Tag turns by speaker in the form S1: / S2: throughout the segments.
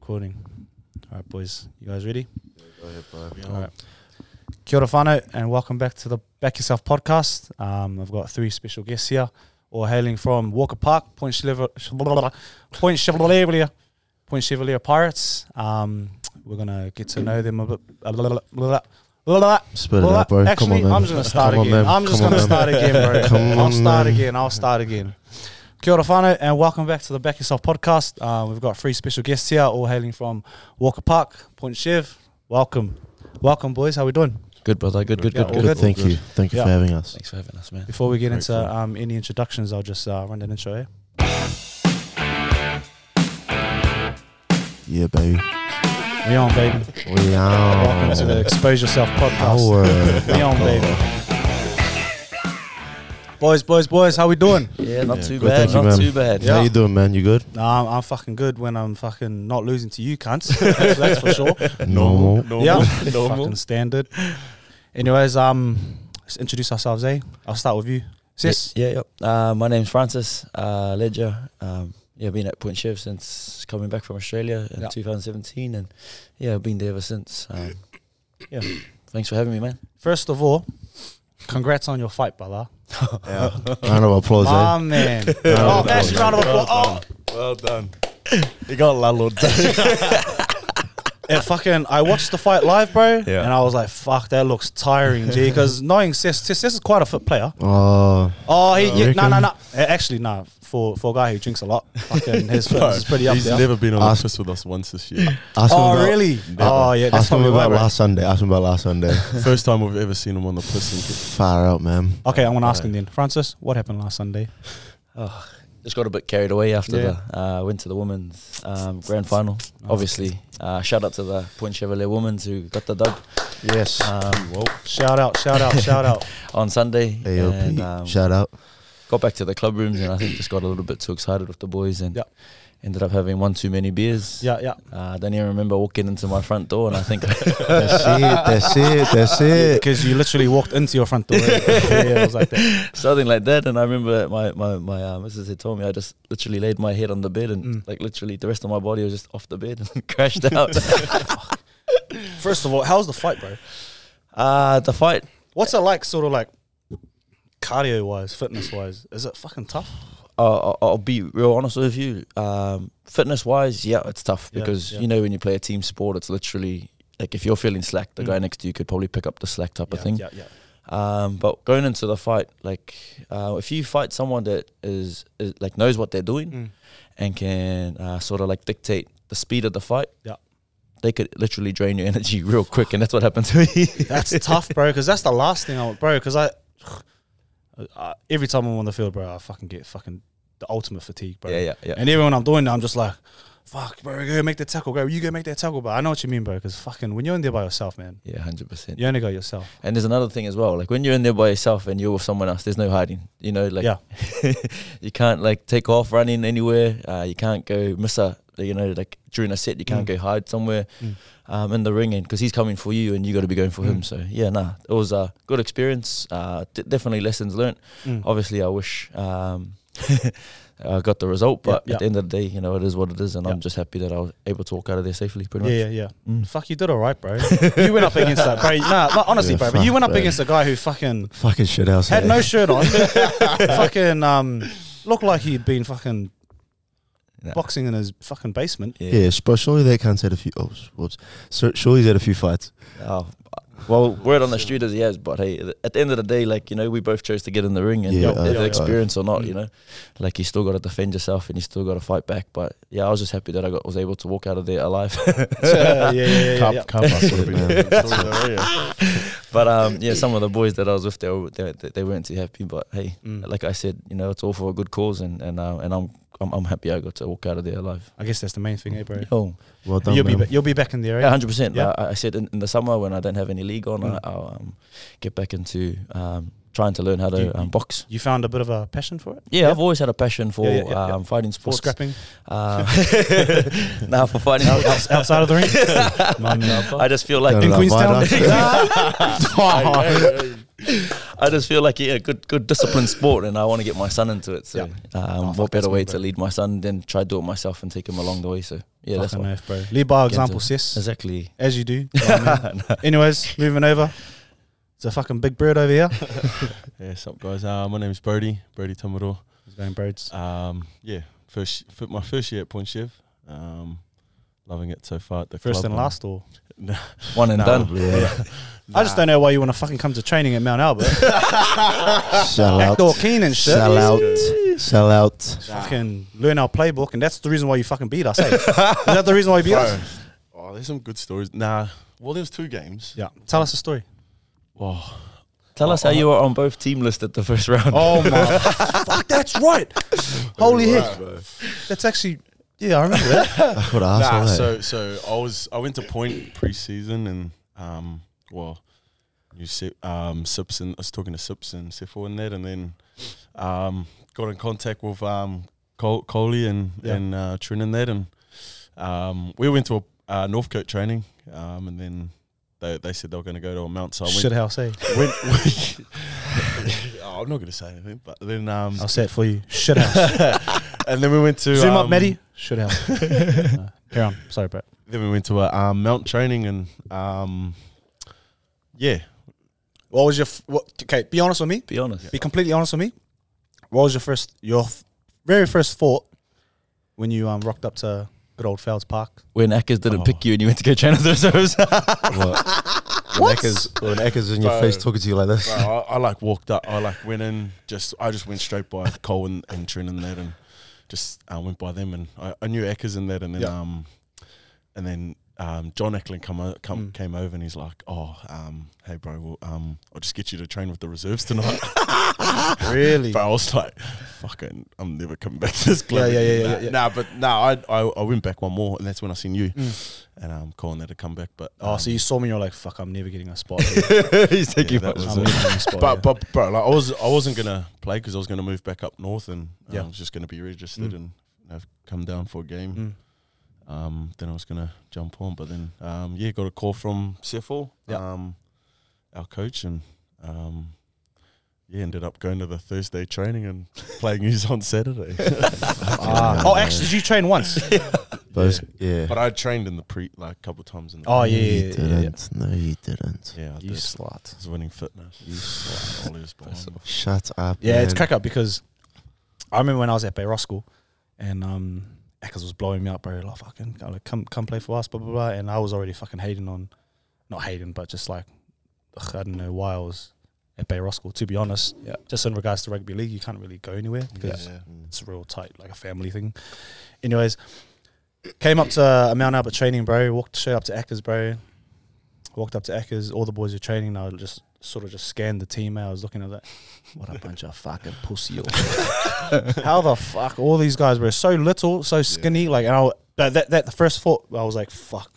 S1: Recording. All right, boys. You guys ready?
S2: Go ahead, bro.
S1: All right. Kia ora whanau, and welcome back to the Back Yourself podcast. Um, I've got three special guests here, all hailing from Walker Park, Point Chevalier, Point Chevalier, Point Chevalier Pirates. Um, we're gonna get to know them a bit. A little, little, little,
S2: Spit it
S1: Well,
S2: out, bro.
S1: Actually,
S2: Come on,
S1: I'm
S2: man.
S1: just gonna start
S2: Come on,
S1: again.
S2: man.
S1: I'm just
S2: Come on,
S1: gonna
S2: man.
S1: start again, bro.
S2: Come
S1: I'll
S2: on,
S1: start
S2: man.
S1: again. I'll start again. Kia ora whanau and welcome back to the Back Yourself podcast. Uh, we've got three special guests here, all hailing from Walker Park, Point Chev. Welcome, welcome, boys. How we doing?
S3: Good, brother. Good, good,
S1: Yeah,
S3: good,
S1: all
S3: good.
S1: good.
S2: Thank you. Thank you
S1: Yeah.
S2: for having us.
S3: Thanks for having us, man.
S1: Before we get into
S2: Grateful.
S1: um, any introductions, I'll just uh, run that intro. Eh?
S2: Yeah, baby.
S1: We on, baby.
S2: We out.
S1: Welcome to the Expose Yourself podcast.
S2: Our
S1: We on, baby. Boys, boys, boys. How we doing?
S3: Yeah, not
S2: Yeah,
S3: too
S2: good,
S3: bad.
S2: thank you,
S3: Not
S2: man.
S3: too bad.
S1: Yeah.
S2: How you doing, man? You good?
S1: Nah, I'm, I'm fucking good when I'm fucking not losing to you, cunts. That's, that's for sure.
S2: Normal.
S1: Yeah, fucking standard. Anyways, um, let's introduce ourselves, eh? I'll start with you. Sis,
S3: Yeah, yeah. yeah. Uh, my name's Francis uh, Ledger. Um, yeah, been at Point Shiv since coming back from Australia in
S1: Yeah.
S3: 2017, and yeah, I've been there ever since. Um, yeah, thanks for having me, man.
S1: first of all, congrats on your fight, brother.
S2: Round of applause,
S1: My
S2: eh?
S1: man. oh, massive round of applause. Oh,
S4: Well done. You got landlord.
S1: Yeah, Oh, fucking, I watched the fight live, bro,
S4: Yeah.
S1: and I was like, fuck, that looks tiring, G. Because knowing Sis, Sis, Sis is quite a fit player.
S2: Oh,
S1: Oh, he, yeah, no, no,
S2: reckon?
S1: no. Eh, Actually, no. For for a guy who drinks a lot, fucking his fitness is pretty up
S4: He's
S1: there.
S4: never been on
S2: Ask-
S4: office with us once this year.
S2: ask him
S1: oh,
S2: about-
S1: really? Oh, yeah. That's
S2: Ask him
S1: probably why,
S2: about
S1: bro.
S2: last Sunday. Ask him about last Sunday.
S4: First time we've ever seen him on the piss and kick.
S2: Far out, man.
S1: Okay, I'm gonna ask him then. Francis, what happened last Sunday?
S3: Oh, just got a bit carried away after
S1: Yeah.
S3: the uh, went to the women's um, grand final.
S2: Oh,
S3: Obviously, uh, shout out to the Point Chevalier women who got the dub
S2: Yes.
S3: um,
S1: Shout out, shout out, shout out.
S3: on Sunday.
S2: AOP.
S3: and, um,
S2: Shout out.
S3: got back to the club rooms and I think just got a little bit too excited with the boys and
S1: Yep.
S3: ended up having one too many beers.
S1: Yeah, yeah.
S3: Uh, I don't even remember walking into my front door and I think
S2: That's it. That's it. That's it.
S1: Because you literally walked into your front door. yeah, it was like that.
S3: something like that. And I remember my my my uh, missus had told me I just literally laid my head on the bed and
S1: Mm.
S3: like literally the rest of my body was just off the bed and crashed out.
S1: First of all, how's the fight, bro?
S3: uh, the fight.
S1: What's it like, sort of like cardio wise, fitness wise? Is it fucking tough?
S3: Uh, I'll- I'll be real honest with you. Um, fitness wise, yeah, it's tough
S1: Yeah,
S3: because
S1: yeah.
S3: you know when you play a team sport, it's literally like if you're feeling slack, the
S1: Mm.
S3: guy next to you could probably pick up the slack type
S1: yeah,
S3: of thing.
S1: Yeah, yeah.
S3: Um, but going into the fight, like uh, if you fight someone that is, is like knows what they're doing
S1: Mm.
S3: and can uh, sort of like dictate the speed of the fight,
S1: Yeah.
S3: they could literally drain your energy real quick, and that's what happened to me.
S1: That's tough, bro. Because that's the last thing I want, bro. Because I, I, every time I'm on the field, bro, I fucking get fucking the ultimate fatigue, bro.
S3: yeah, yeah, yeah.
S1: And even when I'm doing that, I'm just like, fuck, bro, go make the tackle, go, you go make that tackle. But I know what you mean, bro. Because fucking, when you're in there by yourself, man,
S3: yeah, hundred percent.
S1: you only got yourself.
S3: And there's another thing as well. Like when you're in there by yourself and you're with someone else, there's no hiding. You know, like
S1: Yeah.
S3: you can't like take off running anywhere. Uh, you can't go miss a. You know, like during a set, you can't
S1: Mm.
S3: go hide somewhere
S1: Mm.
S3: um, in the ring, and because he's coming for you, and you got to be going for him.
S1: Mm.
S3: So yeah, nah, it was a good experience. Uh, d- definitely lessons learnt.
S1: Mm.
S3: Obviously, I wish um, I got the result,
S1: Yeah,
S3: but
S1: yeah.
S3: at the end of the day, you know, it is what it is, and
S1: Yeah.
S3: I'm just happy that I was able to walk out of there safely. Pretty much.
S1: Yeah, Mm. yeah, yeah.
S3: Mm.
S1: Fuck, you did all right, bro. you went up against that, bro. Nah, no, honestly,
S2: Yeah,
S1: bro. But you
S2: fuck,
S1: went up
S2: bro.
S1: against a guy who fucking
S2: Fucking shit house.
S1: had
S2: eh?
S1: no shirt on, fucking um, looked like he'd been fucking
S3: Nah.
S1: boxing in his fucking basement.
S2: Yeah, but surely they can't had a few. Oh, whoops. So, surely he's had a few fights.
S3: Oh, well, word on the street is yes, but hey, th- at the end of the day, like you know, we both chose to get in the ring, and
S2: Yeah,
S3: whether
S2: yeah, yeah.
S3: experience or not,
S1: Mm.
S3: you know, like you still got to defend yourself and you still got to fight back. But yeah, I was just happy that I got was able to walk out of there alive.
S1: yeah, yeah, yeah, yeah, yeah.
S3: but um, yeah, some of the boys that I was with, they were, they, they they weren't too happy. But hey,
S1: Mm.
S3: like I said, you know, it's all for a good cause, and and uh, and I'm, I'm I'm happy I got to walk out of there alive.
S1: I guess that's the main thing, eh, bro.
S3: Oh,
S2: Well done,
S1: you'll be
S2: man.
S1: ba- you'll be back in the
S3: yeah,
S1: area.
S3: hundred percent.
S1: Yeah.
S3: I, I said in, in the summer when I don't have any league on,
S1: Mm.
S3: I, I'll um, get back into um, trying to learn how
S1: You-
S3: to um, box.
S1: You found a bit of a passion for it,
S3: Yeah, I've always had a passion for
S1: Yeah, yeah, yeah, yeah.
S3: um, fighting
S1: for
S3: sports.
S1: scrapping
S3: Uh, now for fighting
S1: Out- outs-
S3: sports,
S1: outside of the ring. My man.
S3: I just feel like
S2: Don't
S1: In
S2: know,
S1: Queenstown?
S2: why not?
S1: Ah.
S3: I just feel like yeah, good, good disciplined sport, and I want to get my son into it. So,
S1: Oh,
S3: um,
S1: fuck,
S3: what better
S1: that's
S3: way
S1: me,
S3: to
S1: bro.
S3: lead my son than try to do it myself and take him along the way? So, yeah, that's
S1: Fucking
S3: what,
S1: earth, bro. Lead by
S3: Get into
S1: example,
S3: it.
S1: sis.
S3: exactly.
S1: As you do. you know what I mean? Anyways, moving over. It's a fucking big bird over here.
S4: Yeah, what's up, guys? Uh, my name's Brody, Brody Tamaro.
S1: He's going birds.
S4: Um, yeah, first for my first year at Point Chev. Um, loving it so far at the
S1: First
S4: club. Um,
S1: and last, or
S3: One and
S4: Nah.
S3: done.
S1: I just don't know why you want to fucking come to training at Mount Albert.
S2: Shout
S1: Backdoor
S2: out.
S1: keen and shit.
S2: Shout out. Shout out.
S1: Fucking learn our playbook, and that's the reason why you fucking beat us. eh? Is that the reason why you beat us?
S4: Oh, there's some good stories. Nah, well, there's two games.
S1: Yeah. Oh, Tell us a story.
S4: Wow.
S3: Tell us how you were on both team lists at the first round.
S1: Oh my fuck, that's right. Holy heck. That's actually yeah, I remember that.
S2: I could
S4: Nah,
S2: ask
S4: so so I was I went to Point preseason and um well you see um Simpson I was talking to Simpson Sifo and that and then um got in contact with um Col- Coley and
S1: Yeah.
S4: and uh, Trinidad and um we went to a uh, Northcote training um and then they they said they were going to go to a Mount so I
S1: Shit
S4: went.
S1: house, eh?
S4: went, went oh, I'm not going to say anything but then um
S1: I'll say it for you. Oh, Shit house.
S4: and then we went to
S1: Zoom
S4: um,
S1: up, Maddie. Shit house. uh, carry on. Sorry, Brett.
S4: Then we went to a um, mount training and um, yeah,
S1: What was your f- what, okay? Be honest with me.
S3: Be honest.
S1: Be completely honest with me. What was your first, your f- very first thought when you um rocked up to good old Fells Park?
S3: When Eckers didn't
S4: Oh.
S3: pick you and you went to go train with the reserves.
S2: that. What? When Eckers, when Eckers in your
S4: Bro.
S2: face talking to you like this.
S4: Bro, I, I like walked up. I like went in. Just I just went straight by Cole and, and Trin and that, and just uh, went by them. And I, I knew Eckers and that, and then
S1: Yeah.
S4: um, and then um, John Eklund come, o- come
S1: Mm.
S4: came over and he's like, "Oh, um, hey bro, well, um, I'll just get you to train with the reserves tonight."
S1: Really?
S4: But I was like, "Fucking, I'm never coming back to this club."
S1: Yeah, yeah,
S4: again."
S1: yeah,
S4: nah,
S1: yeah, yeah.
S4: Nah, but nah, I, I I went back one more, and that's when I seen you, and I'm um, calling that to come back. But
S1: Oh,
S4: um,
S1: so you saw me and you're like, fuck, I'm never getting a spot.
S3: He's taking
S4: that
S3: photos.
S1: I'm
S4: was
S1: never
S4: it.
S1: getting a spot.
S4: but
S1: yeah.
S4: but bro, like I was I wasn't gonna play because I was gonna move back up north and um,
S1: Yeah.
S4: I was just gonna be registered
S1: Mm.
S4: and I've come down for a game.
S1: Mm.
S4: Um, then I was gonna jump on, but then um, yeah, got a call from Sefo,
S1: Yeah.
S4: um, our coach, and um, yeah, ended up going to the Thursday training and playing his on Saturday.
S1: Ah. oh, actually, did you train once?
S2: Both, yeah.
S4: but I trained in the pre like a couple times in the
S1: Oh
S4: pre-
S1: yeah,
S2: No,
S1: yeah,
S2: you
S1: yeah, yeah, yeah.
S2: didn't. No, you didn't.
S4: yeah, I
S1: You
S4: did.
S1: slut.
S4: I was winning fitness. All he was behind me.
S2: Shut up.
S1: Yeah, it's
S2: man.
S1: crack up because I remember when I was at Bay School and um Eccles was blowing me up, bro. Like fucking like, come come play for us, blah blah blah. And I was already fucking hating on not hating, but just like ugh, I don't know why I was at Bay School, to be honest.
S3: Yeah.
S1: Just in regards to rugby league, you can't really go anywhere because
S4: Yeah.
S1: it's a real tight, like a family thing. Anyways, came up to uh, Mount Albert training, bro. Walked straight up to Eckers, bro. Walked up to Eckers. All the boys were training. I just sort of just scanned the team. eh? I was looking at that. What a bunch of fucking pussy. How the fuck all these guys were so little, so skinny. Like, and I, w- but that that the first thought I was like, fuck.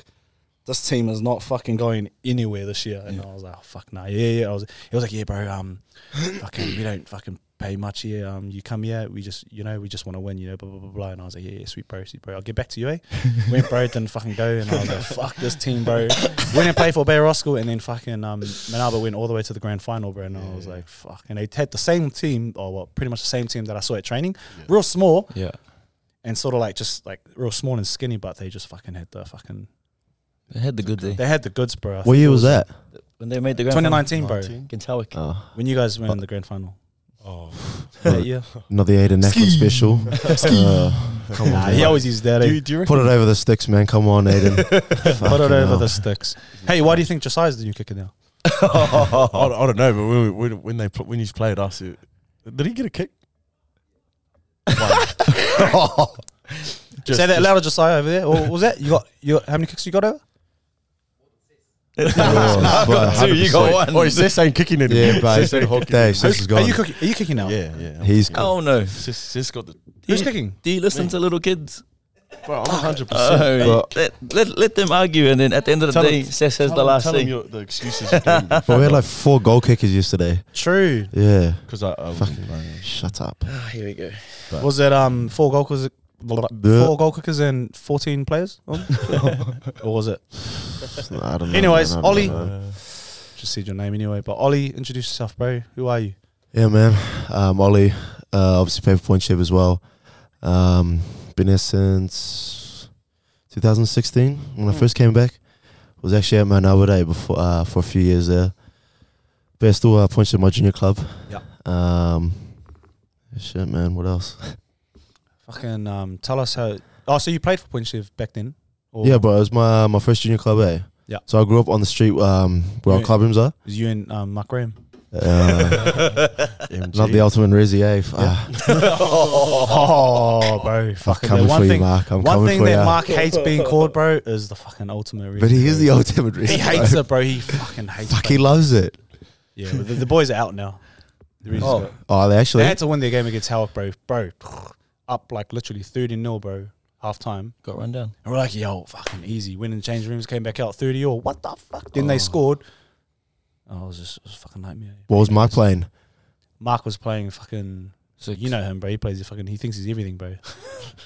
S1: This team is not fucking going anywhere this year, and I was like, oh, "Fuck nah, yeah, yeah." I was, he was like, "Yeah, bro, um, fucking, we don't fucking pay much here. Um, you come here, we just, you know, we just want to win, you know, blah, blah, blah, blah. And I was like, yeah, yeah, sweet bro, sweet bro. I'll get back to you, eh? Went, bro, didn't fucking go. And I was like, fuck this team, bro. Went and played for Bay Roscoe and then fucking um, Manaba went all the way to the grand final, bro. And I was like, fuck. And they had the same team, or well, pretty much the same team that I saw at training. Real small
S3: Yeah.
S1: and sort of like just like real small and skinny, but they just fucking had the fucking,
S3: They had the good day.
S1: they had the goods, bro. I
S2: What
S1: think
S2: year
S1: it
S2: was that?
S3: When they made the grand
S1: 2019, bro.
S4: 19?
S3: Final, Kentawick.
S2: Oh,
S1: When you guys went in the grand final.
S4: Oh,
S1: That year.
S2: another Aiden Eklund special. Uh, come on,
S1: Nah,
S2: man.
S1: he always used that. eh?
S4: do you, do you reckon?
S2: Put it over the sticks, man. Come on, Aiden.
S1: Put
S2: Put
S1: it over the sticks. Hey, why do you think Josiah's the new kicker now?
S4: I, I don't know, but when, we- when, when they pl- when he's played us, it, did he get a kick? Just-
S1: Say that
S4: just-
S1: louder, Josiah over there. Or what was that you got? You got, how many kicks you got over?
S2: I've
S3: got two, you got one.
S4: Oh, is this ain't kicking it?
S2: Yeah, but
S4: Sis ain't hockey.
S2: Dave, Sis is
S1: Are
S2: gone.
S1: you cooking? Are you kicking now?
S4: Yeah, yeah.
S2: He's gone.
S3: Oh no.
S4: Sis, Sis got the.
S1: Who's kicking?
S3: Do you listen to little kids?
S4: Bro, I'm 100. percent
S3: Oh, let, let, let them argue, and then at the end of the
S4: Tell
S3: day,
S4: him-
S3: Sess has the last
S4: tell him
S3: thing.
S4: your, the excuses you're giving me.
S2: But we had like four goal kickers yesterday.
S1: True.
S2: Yeah.
S4: 'Cause I, I
S2: Fucking-
S4: wasn't playing.
S2: Shut up.
S3: Ah, here we go.
S1: Was it um four goal kickers?
S2: Yeah.
S1: Four goal kickers and fourteen players, Um, or was it?
S2: I don't know.
S1: Anyways,
S2: man, I don't
S4: Uh,
S1: Ollie.
S2: know, man.
S1: just said your name anyway. But Ollie, introduce yourself, bro. Who are you?
S2: Yeah, man. Um, Ollie, uh, obviously played for Point Shiv as well. Um, been here since 2016 when I
S1: Mm.
S2: first came back. Was actually at Manawade before uh, for a few years there. But it's still uh, Point Shiv, my junior club.
S1: Yeah.
S2: Um, shit, man. What else?
S1: Fucking um, tell us how. Oh, so you played for Point Shiv back then? Or
S2: Yeah, bro. It was my my first junior club, eh?
S1: Yeah.
S2: So I grew up on the street um, where our
S1: Yeah.
S2: club rooms are.
S1: Was you and um, Mark Graham?
S2: Uh,
S4: MG.
S2: not the ultimate Resi, eh? F-
S1: Yeah.
S2: ah,
S1: oh, bro. Fucking
S2: coming
S1: the one
S2: for
S1: thing.
S2: you, Mark. I'm
S1: one
S2: coming
S1: thing
S2: for
S1: that
S2: you.
S1: Mark hates being called, bro, is the fucking ultimate.
S2: But he
S1: reason, bro.
S2: is the ultimate Resi.
S1: He hates it, bro. He fucking hates
S2: Fuck,
S1: it.
S2: he loves it.
S1: Yeah, but the, the boys are out now. The reason's
S3: Oh.
S1: got-
S2: Oh, they actually.
S1: They had to win their game against Howick, bro. Bro, up like literally 30 nil, bro, half time.
S3: Got run down.
S1: And we're like, yo, fucking easy. Went in the change rooms, came back out 30 or what the fuck? Then they scored. Oh, it was just it was a fucking nightmare.
S2: What was Mark playing?
S1: Mark was playing fucking.
S3: So
S1: You know him, bro. He plays the fucking. He thinks he's everything, bro.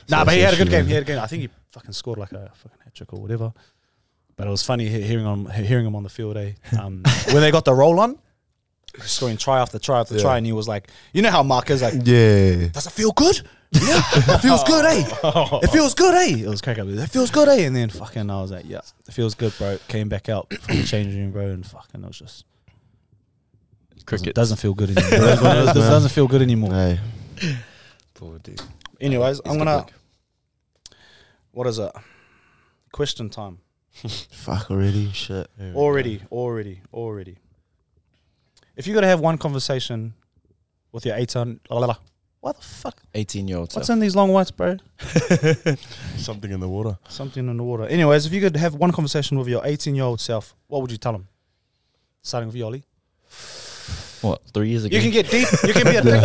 S1: nah, but he had a good game. He had a good game. I think he fucking scored like a fucking hat trick or whatever. But it was funny he- hearing on hearing him on the field, eh? Um, when they got the roll on, scoring try after try after try, and he was like, you know how Mark is like,
S2: Yeah.
S1: does it feel good? Yeah, it feels good, eh? It feels good, eh? It was crack up. It feels good, eh? And then fucking, I was like, yeah, it feels good, bro. Came back out from the changing room, bro, and fucking, it was just doesn't,
S3: cricket.
S1: doesn't feel good anymore. doesn't, doesn't feel good anymore.
S2: Hey.
S3: Poor dude.
S1: Anyways,
S3: He's
S1: I'm
S3: good
S1: gonna.
S3: luck.
S1: What is it? Question time.
S2: Fuck already. Shit.
S1: Already, already, already. If you got to have one conversation with your 18, la la la. what the fuck?
S3: 18 year old.
S1: What's in these long whites, bro?
S4: Something in the water.
S1: Something in the water. Anyways, if you could have one conversation with your 18 year old self, what would you tell him? Starting with Yoli.
S3: What? Three years ago.
S1: You can get deep. You can be a dick.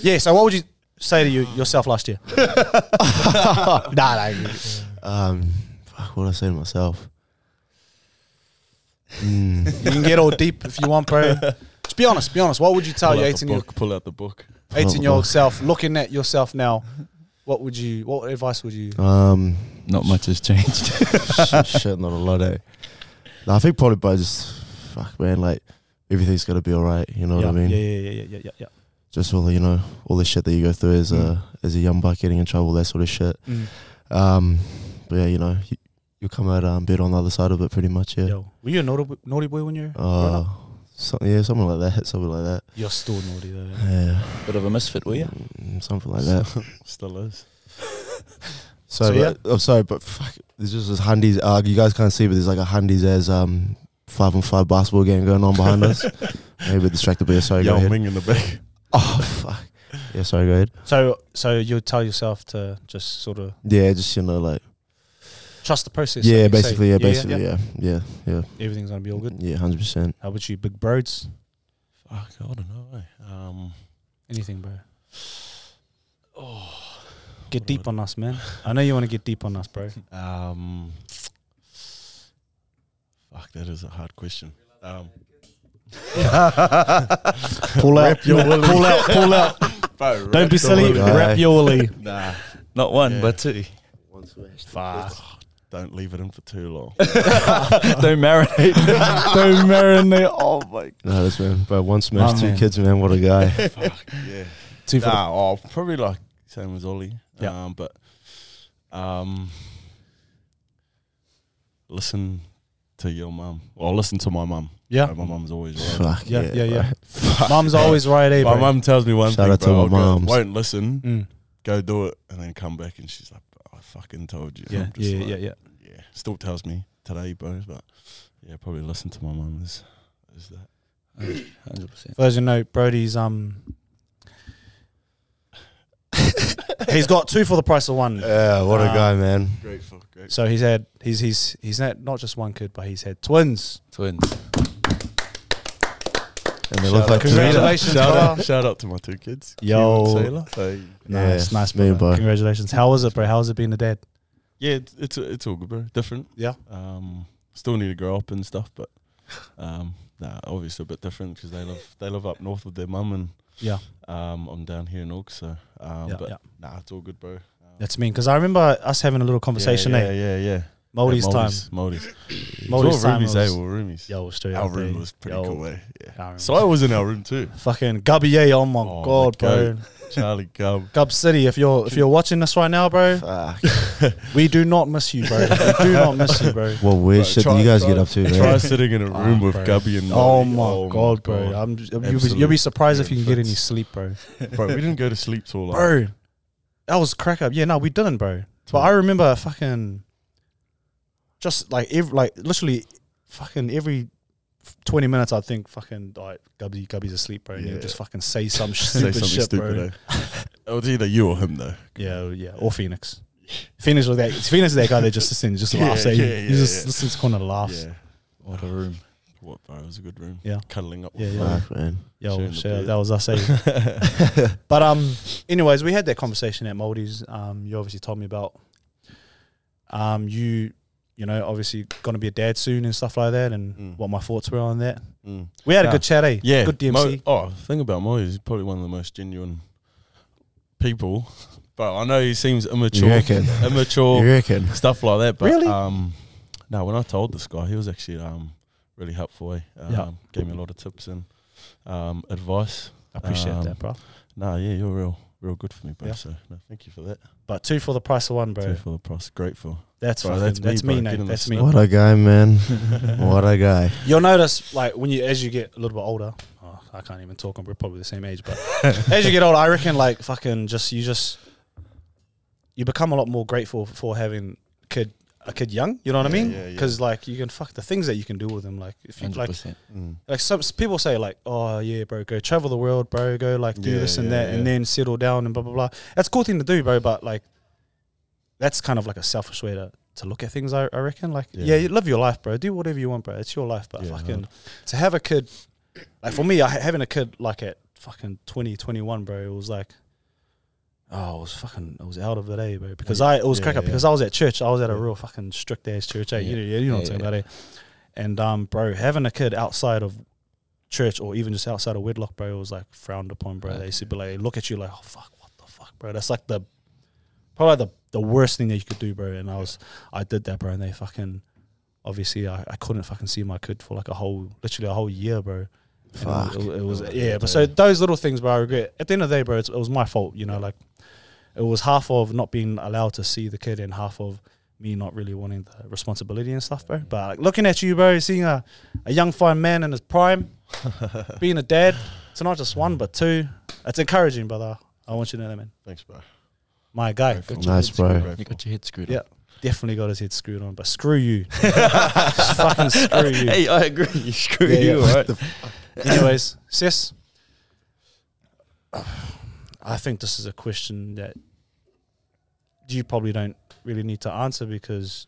S1: yeah, so what would you say to you, yourself last year? nah, nah.
S2: Um. Fuck. What did I say to myself? Mm.
S1: You can get all deep if you want, bro. Just be honest, be honest. What would you tell
S4: Pull
S1: your
S4: out the
S1: 18 year
S4: book. Pull out the book.
S1: 18 year old self looking at yourself now? What would you, what advice would you?
S2: Um.
S3: Not much has changed.
S2: shit, shit. Not a lot. Eh. No, I think probably by just fuck, man. Like everything's gonna be alright. You know
S1: yeah,
S2: what I mean?
S1: yeah, yeah, yeah, yeah, yeah, yeah.
S2: Just all the, you know all the shit that you go through as
S1: Mm.
S2: a as a young buck getting in trouble, that sort of shit.
S1: Mm.
S2: Um. But yeah, you know you, you come out um, better on the other side of it, pretty much. Yeah.
S1: Yo, were you a naughty, naughty boy when you were growing
S2: Uh,
S1: up?
S2: so, yeah, something like that. Something like that.
S1: You're still naughty though.
S2: Yeah.
S3: Bit of a misfit, were you?
S2: Mm, Something like that.
S4: Still is.
S2: Sorry,
S1: So,
S2: but, I'm oh, sorry, but fuck, there's just this Hundies. Uh, you guys can't see, but there's like a Hundies as um five on five basketball game going on behind us. Maybe distracted, but yeah, sorry, go
S4: Yao
S2: ahead.
S4: Ming in the back.
S2: Oh fuck, yeah, sorry, go ahead.
S1: So, so you'll tell yourself to just sort of
S2: Yeah, just you know, like
S1: trust the process. like
S2: yeah,
S1: you say.
S2: basically, yeah, basically, yeah, yeah, yeah,
S1: Everything's gonna be all good.
S2: yeah, hundred percent.
S1: How about you, big birds?
S4: Fuck, I don't know. eh? Um,
S1: Anything, bro.
S4: oh,
S1: Get
S4: What
S1: deep on us, man. I know you want to get deep on us, bro.
S4: um, fuck, that is a hard question. Um,
S1: Pull out,
S4: your willy.
S1: pull out, pull out.
S4: bro,
S1: Don't be silly.
S2: willy.
S1: Wrap your willy.
S4: Nah,
S3: Not one,
S4: Yeah.
S3: but two.
S1: Fuck.
S4: don't leave it in for too long.
S3: Don't marinate.
S1: Don't marinate. Oh my.
S2: No, this man, but one smash,
S1: My
S2: two
S1: man.
S2: kids, man, what a guy.
S4: fuck, yeah.
S1: Two for the-
S4: Nah, oh, probably like same as Ollie.
S1: Yeah.
S4: Um, but um, listen to your mum. Or listen to my mum.
S1: yeah.
S4: My mum's always right.
S2: fuck
S1: Yeah, yeah, yeah.
S2: Fuck.
S1: Mum's always right, eh,
S4: My
S1: bro.
S4: mum tells me one
S2: Shout
S4: thing,
S2: out to
S4: bro,
S2: my
S4: I'll go,
S2: mums.
S4: won't listen,
S1: Mm.
S4: go do it, and then come back and she's like, I fucking told you.
S1: Yeah,
S4: I'm just
S1: yeah,
S4: like,
S1: yeah, yeah.
S4: yeah. Still tells me today, bro. But yeah, probably listen to my mum is, is that.
S3: 100%.
S1: For those who know, Brody's um, he's got two for the price of one.
S2: Yeah, what a
S1: Nah.
S2: guy, man.
S4: Grateful, grateful.
S1: So he's had he's he's he's not not just one kid, but he's had twins.
S3: Twins.
S2: And they
S4: Shout
S2: look
S4: out.
S2: like two-
S1: Congratulations,
S4: shout out,
S1: Carl.
S4: shout out to my two kids.
S1: Yo.
S4: Kiwi and Taylor. They-
S1: Nice,
S2: Yeah,
S1: nice,
S2: me
S1: bro.
S2: and bro.
S1: Congratulations. How was it, bro? How was it being a dad?
S4: yeah, it's, it's it's all good, bro. Different.
S1: Yeah.
S4: Um, still need to grow up and stuff, but um, nah, obviously a bit different because they live they live up north with their mum and
S1: Yeah,
S4: um, I'm down here in Oak, so um,
S1: yeah,
S4: but
S1: yeah.
S4: nah, it's all good, bro. Um,
S1: That's mean because I remember us having a little
S4: yeah,
S1: conversation.
S4: Yeah,
S1: eh?
S4: yeah, yeah.
S1: Maldives time.
S4: Maldives.
S1: Maldives
S4: Maldives
S1: time.
S4: roomies, eh?
S1: was-
S4: We were roomies.
S1: Yo, it was straight
S4: Our
S1: up, eh?
S4: room was pretty
S1: Yo,
S4: cool, eh?
S1: I
S4: Yeah.
S1: remember.
S4: So I was in our room too.
S1: Fucking Gubby, yeah, oh my
S4: Oh, my
S1: god, bro.
S4: goat. Charlie Gub.
S1: Gub City, if you're if you're watching this right now, bro,
S2: Fuck.
S1: we do not miss you, bro. We do not miss you, bro.
S2: What weird
S4: Bro,
S2: shit
S4: try-
S2: did you guys
S4: try-
S2: get up to,
S4: Try
S2: man?
S4: sitting in a room with
S1: bro.
S4: Gubby and
S1: Oh
S4: Molly.
S1: my god, bro. I'm just, you'll, be, you'll be
S4: Absolute
S1: surprised if you can get any
S4: infants.
S1: sleep, bro.
S4: bro, we didn't go to sleep till like
S1: Bro, that was crack up. Yeah, no, we didn't, bro. But I remember fucking just like every like literally fucking every f- twenty minutes I think fucking like Gubby Gubby's asleep, bro, and he'll
S4: Yeah.
S1: just fucking say some
S4: say
S1: stupid
S4: something
S1: shit,
S4: stupid.
S1: bro.
S4: eh? It was either you or him though.
S1: Yeah, oh, yeah. Or Phoenix. Phoenix was that Phoenix is that guy that just listens, just
S4: Yeah,
S1: laughs at you.
S4: yeah,
S1: he
S4: yeah,
S1: just
S4: yeah.
S1: listens kind of laughs.
S4: Yeah.
S3: What a room.
S4: What bro? It was a good room.
S1: Yeah.
S4: Cuddling up.
S1: Yeah,
S4: with
S1: yeah.
S2: Fuck, man.
S1: Yo,
S4: Sharing the
S1: shit,
S4: bed.
S1: that was us. eh? But um, anyways, we had that conversation at Maldives. Um, you obviously told me about um you, you know, obviously going to be a dad soon and stuff like that, and
S4: Mm.
S1: what my thoughts were on that.
S4: Mm.
S1: We had a
S4: Ah,
S1: good chat, eh?
S4: Yeah.
S1: good DMC.
S4: Mo- oh, the thing about Mo is he's probably one of the most genuine people. But I know he seems immature,
S2: You reckon?
S4: immature
S2: You reckon?
S4: stuff like that. But
S1: Really?
S4: um, no, when I told this guy, he was actually um really helpful. Eh? Um,
S1: Yeah.
S4: gave me a lot of tips and um advice.
S1: I appreciate
S4: um,
S1: that, bro.
S4: No, yeah, you're real, real good for me, bro.
S1: Yeah.
S4: So no, thank you for that.
S1: But two for the price of one, bro.
S4: Too for the price, grateful.
S1: That's
S4: Bro,
S1: fucking, that's,
S4: that's me,
S1: me,
S4: bro.
S1: Nate.
S4: Get in the
S1: That's me.
S4: snip.
S2: What a guy, man.
S1: Mm,
S2: What a guy.
S1: You'll notice, like when you as you get a little bit older, oh, I can't even talk. and We're probably the same age, but as you get older, I reckon like fucking just you just you become a lot more grateful for having kid a kid young. You know what I
S4: Yeah,
S1: mean?
S4: yeah, yeah.
S1: Because like you can fuck the things that you can do with them. Like if you like
S3: 100%.
S4: Mm.
S1: like some s- people say like oh yeah bro go travel the world bro go like do
S4: Yeah,
S1: this and
S4: yeah,
S1: that
S4: yeah.
S1: and then settle down and blah blah blah. That's a cool thing to do, bro. But like that's kind of like a selfish way to. To look at things, I, I reckon. Like, yeah.
S4: Yeah.
S1: you live your life, bro. Do whatever you want, bro. It's your life, but
S4: Yeah,
S1: fucking to have a kid like for me I, having a kid like at fucking 20 21 bro it was like oh I was fucking I was out of it eh bro because I it was
S4: Yeah,
S1: crack up
S4: yeah.
S1: because I was at church I was at a
S4: Yeah.
S1: real fucking strict ass church eh you know,
S3: Yeah.
S1: you know what I'm
S3: Yeah,
S1: talking
S3: yeah.
S1: about eh and um bro having a kid outside of church or even just outside of wedlock bro it was like frowned upon bro
S3: Right.
S1: they used to be like look at you like oh fuck what the fuck bro that's like the probably the the worst thing that you could do bro and I was I did that bro and they fucking obviously I, I couldn't fucking see my kid for like a whole literally a whole year bro and
S2: Fuck.
S1: It, was- it was
S4: Oh,
S1: yeah,
S4: yeah,
S1: but
S4: yeah.
S1: so those little things, bro. I regret. At the end of the day, bro, it's, it was my fault. You know, like it was half of not being allowed to see the kid, and half of me not really wanting the responsibility and stuff, bro. But like, looking at you, bro, seeing a, a young fine man in his prime, being a dad, it's not just one but two. It's encouraging, brother. I want you to know that, man.
S4: Thanks, bro.
S1: My guy
S4: Grateful.
S2: Nice, bro.
S4: Grateful.
S3: You got your head screwed
S1: Yeah.
S3: up.
S1: definitely got his head screwed on, but screw you, fucking screw you.
S3: Hey, I agree. You screw
S1: Yeah, yeah.
S3: you, right?
S1: Anyways, sis, I think this is a question that you probably don't really need to answer because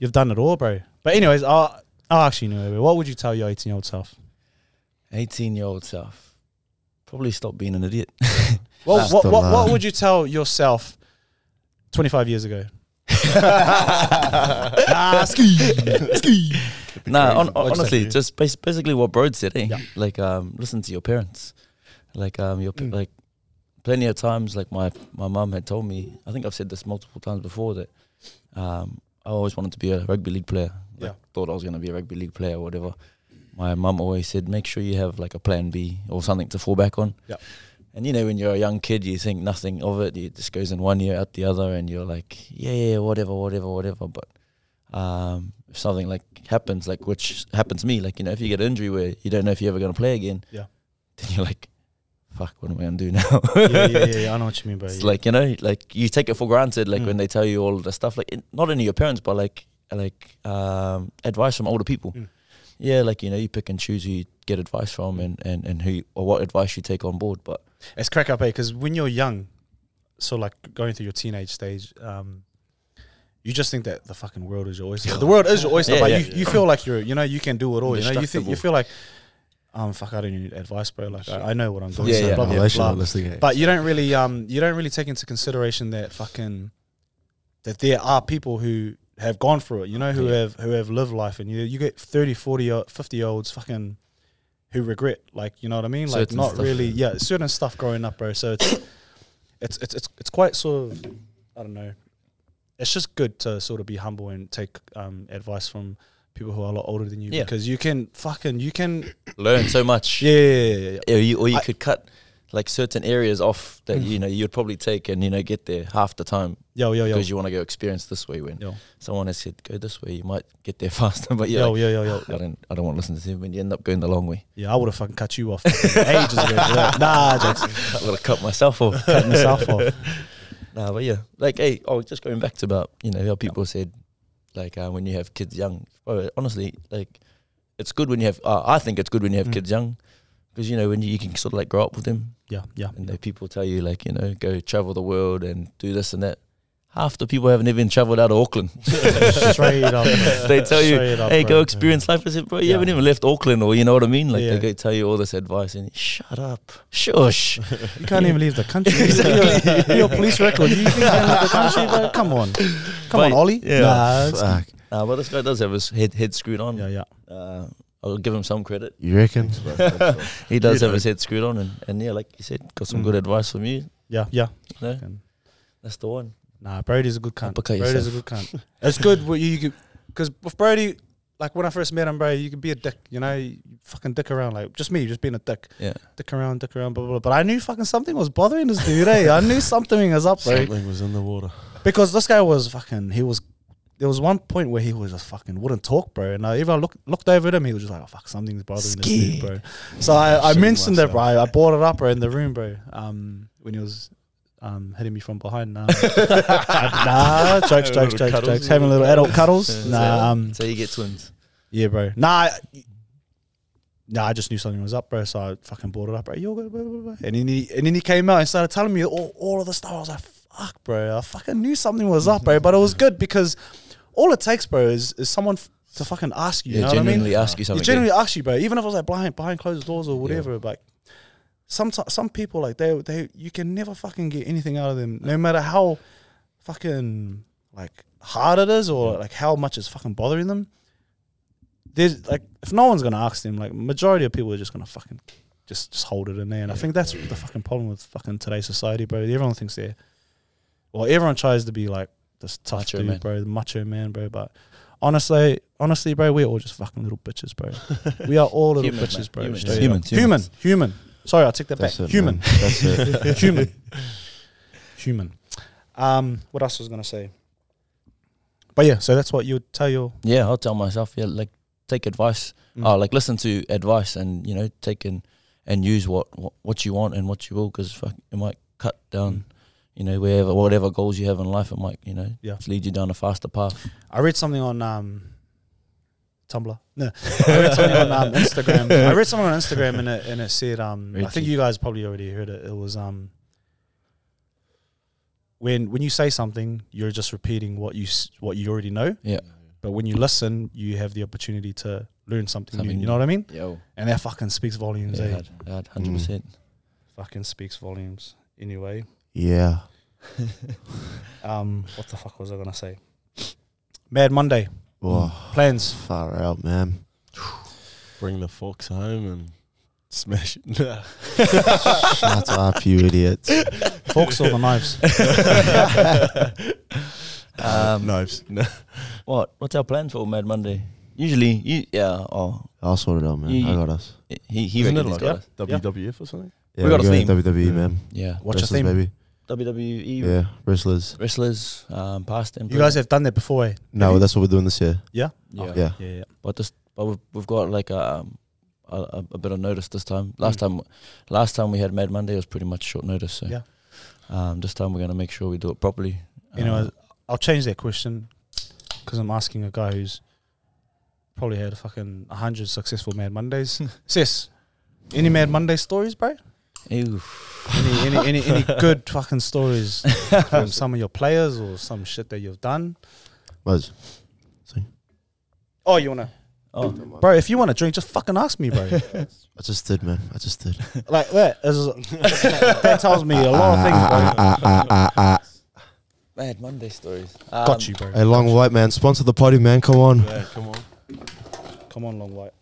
S1: you've done it all, bro. But anyways, I I actually know. What would you tell your eighteen year old self?
S3: 18 year old self. Probably stop being an idiot.
S1: What
S2: That's
S1: what,
S2: the
S1: what, what
S2: line.
S1: would you tell yourself twenty five years ago?
S3: nah, on,
S4: What'd you
S3: honestly,
S4: say?
S3: just bas- basically what Broad said, eh?
S1: Yeah.
S3: Like, um, listen to your parents. Like, um, your p
S1: Mm.
S3: like, plenty of times, like my my mum had told me. I think I've said this multiple times before that, um, I always wanted to be a rugby league player. Like,
S1: Yeah.
S3: thought I was gonna be a rugby league player or whatever. My mum always said, make sure you have like a plan B or something to fall back on.
S1: Yeah.
S3: And you know, when you're a young kid, you think nothing of it. It just goes in one ear out the other, and you're like, yeah, yeah, whatever, whatever, whatever. But um, if something like happens, like which happens to me, like you know, if you get an injury where you don't know if you're ever gonna play again,
S1: Yeah.
S3: then you're like, fuck, what am I gonna do now?
S1: yeah, yeah, yeah, yeah. I know what you mean, bro.
S3: It's
S1: yeah.
S3: like you know, like you take it for granted, like
S1: Mm.
S3: when they tell you all the stuff, like it- not only your parents, but like like um, advice from older people.
S1: Mm.
S3: Yeah, like you know, you pick and choose who you get advice from and and and who you, or what advice you take on board. But
S1: It's crack up, eh? Because when you're young, so like going through your teenage stage, um, you just think that the fucking world is your oyster. the world is your oyster,
S3: Yeah,
S1: but
S3: yeah.
S1: you, you feel like you're, you know, you can do it all. You know, you think you
S3: Indestructible.
S1: feel like, um, fuck, I don't need advice, bro. Like I, I know what I'm doing.
S3: Yeah,
S1: so
S3: yeah.
S1: blah, blah, blah.
S2: But
S1: But you don't really, um, you don't really take into consideration that fucking that there are people who have gone through it. You know, who
S3: Yeah.
S1: have who have lived life, and you you get 30, 40, or 50 year olds fucking who regret, like you know what I mean, like
S3: Certain
S1: not
S3: stuff.
S1: really, yeah, certain stuff growing up, bro. So it's it's it's it's, it's quite sort of I don't know. it's just good to sort of be humble and take um, advice from people who are a lot older than you
S3: Yeah.
S1: because you can fucking you can
S3: Learn so much.
S1: yeah, yeah, yeah, yeah.
S3: Or you, or you
S1: I-
S3: could cut like certain areas off that
S1: Mm.
S3: you know you'd probably take and you know get there half the time
S1: yo yo yo
S3: because you want to go experience this way. When
S1: yo
S3: someone has said go this way, you might get there faster. But yeah,
S1: yo yo yo yo
S3: I don't I don't want to listen to them. When you end up going the long way,
S1: yeah I would have fucking cut you off ages ago for that. nah jokes
S3: I'm gonna cut myself off.
S1: cut myself off
S3: Nah, but yeah, like hey, oh, just going back to about you know how people said, like uh, when you have kids young. Bro, honestly, like it's good when you have. Uh, I think it's good when you have
S1: Mm.
S3: kids young, because you know when you, you can sort of like grow up with them,
S1: yeah yeah
S3: and the people tell you like you know go travel the world and do this and that. Half the people haven't even travelled out of Auckland.
S1: straight up
S3: They tell you,
S1: Straight up,
S3: hey,
S1: bro.
S3: go experience life. I said, bro, you
S1: Yeah.
S3: haven't even left Auckland, or you know what I mean. Like
S1: Yeah.
S3: they go tell you all this advice, and you, shut up, shush.
S1: You can't even leave the country. Your- your police record. You think you can leave the country, bro? Come on. Come on,
S3: But-
S1: Ollie.
S3: yeah.
S1: Nah, it's-
S2: Fuck.
S3: Nah, but this guy does have his head head screwed on.
S1: yeah, yeah.
S3: Uh, I'll give him some credit.
S2: You reckon?
S3: He does have his head screwed on, and, and yeah, like you said, got some
S1: Mm.
S3: good advice from you.
S1: Yeah, yeah.
S3: you know?
S1: Fucking-
S3: That's the one.
S1: Nah, Brody's a good cunt.
S3: Uppercut
S1: Brody's a good cunt. It's good what you because with Brody, like when I first met him, bro, you could be a dick, you know, you fucking dick around, like just me, just being a dick,
S3: Yeah.
S1: dick around, dick around, blah blah. blah. But I knew fucking something was bothering this dude. eh? I knew something was up, bro.
S4: Something was in the water.
S1: because this guy was fucking. He was. There was one point where he was just fucking wouldn't talk, bro. And I, if I looked looked over at him, he was just like, "Oh fuck, something's bothering this dude, bro." So I, I
S4: Shitting
S1: mentioned that, bro.
S4: myself.
S1: I, I brought it up, bro, in the room, bro. Um, when he was um hitting me from behind, nah, nah, jokes,
S3: Little
S1: jokes, jokes,
S3: cuddles,
S1: jokes, having
S3: little
S1: little adult cuddles,
S3: So-
S1: nah, um,
S3: so you get twins.
S1: yeah, bro. Nah, I, nah, I just knew something was up, bro. So I fucking brought it up, bro. You're good, blah, blah, blah. And then he and then he came out and started telling me all, all of the stuff. I was like, fuck, bro. I fucking knew something was up, bro. But it was good because all it takes, bro, is, is someone f- to fucking ask you.
S3: yeah,
S1: you know what I mean?
S3: genuinely ask you
S1: You
S3: something.
S1: generally ask you, bro. Even if it was like behind behind closed doors or whatever, like some some people like they they you can never fucking get anything out of them, no matter how fucking like hard it is or like how much is fucking bothering them. There's like if no one's gonna ask them, like majority of people are just gonna fucking just just hold it in there, and I think that's the fucking problem with fucking today's society, bro. Everyone thinks they're well, everyone tries to be like this tough
S3: Macho
S1: dude,
S3: man.
S1: bro, the macho man, bro, but. Honestly, honestly, bro, we're all just fucking little bitches, bro. We are all little
S3: Humans,
S1: bitches,
S3: mate.
S1: bro.
S3: Humans.
S1: Straight up.
S3: Humans,
S1: human,
S3: humans.
S1: human. Sorry, I'll take that
S2: That's
S1: back.
S2: it,
S1: human,
S2: man. That's it.
S1: human, human. Um, what else was I gonna say? But yeah, so that's what you would tell your.
S3: Yeah, I'll tell myself. Yeah, like take advice.
S1: Mm.
S3: Oh, like listen to advice, and you know, take and and use what what, what you want and what you will, because it might cut down.
S1: Mm.
S3: You know, wherever whatever goals you have in life, it might you know
S1: Yeah.
S3: lead you down a faster path.
S1: I read something on um, Tumblr. No, I read something on um, Instagram. I read something on Instagram and it and it said um, I think
S3: Richie.
S1: you guys probably already heard it. It was um, when when you say something, you're just repeating what you s- what you already know.
S3: Yeah.
S1: But when you listen, you have the opportunity to learn something,
S3: Something
S1: new. You know what I mean?
S3: Yo,
S1: And that fucking speaks volumes. eh?
S3: hundred percent.
S1: Fucking speaks volumes. Anyway,
S2: Yeah.
S1: um, what the fuck was I gonna say? Mad Monday
S2: Whoa.
S1: plans.
S2: Far out, man.
S4: Bring the fox home and smash it. Nah.
S2: Shut up, you idiots.
S1: Forks or the knives?
S3: Um,
S4: Knives. No.
S3: What? What's our plan for Mad Monday? Usually, you, yeah. Oh,
S2: I'll sort it out, man.
S3: You-
S2: I got us.
S3: he he
S4: Isn't it
S3: reckons
S4: like
S3: he's got us.
S1: Yeah.
S4: WWF or something?
S2: Yeah,
S3: We got a
S2: we're
S3: theme.
S2: going WWE, E, man.
S3: Yeah,
S1: What's your
S2: wrestlers,
S1: Mm. theme?
S2: baby.
S3: WWE
S2: Yeah, wrestlers.
S3: wrestlers, um, past and
S1: E You guys have done that before, eh?
S2: No, that's what we're doing this year.
S3: yeah.
S1: Okay.
S2: Yeah.
S1: Yeah, yeah.
S3: But this, but we've, we've got like um, a, a a bit of notice this time. Last time, last time we had Mad Monday it was pretty much short notice. So
S1: Mm. Yeah.
S3: um, this time we're gonna make sure we do it properly.
S1: You know,
S3: Uh,
S1: I'll change that question because I'm asking a guy who's probably had a fucking 100 successful Mad Mondays. Sis, any Mad Monday stories, bro?
S3: ew.
S1: Any, any, any, any good fucking stories from some of your players or some shit that you've done?
S2: Muzz.
S1: Oh, you want to?
S3: Oh,
S1: Bro, if you want to drink, just fucking ask me, bro.
S2: I just did, man. I just did.
S1: like, that, is, that tells me a lot of things, bro.
S2: Ah, ah, ah, ah,
S3: Mad Monday stories. Um,
S1: Got you,
S2: ah. Hey,
S1: bro.
S2: long white man, sponsor the party, man. Come on.
S4: Yeah, come on.
S1: Come on, long white.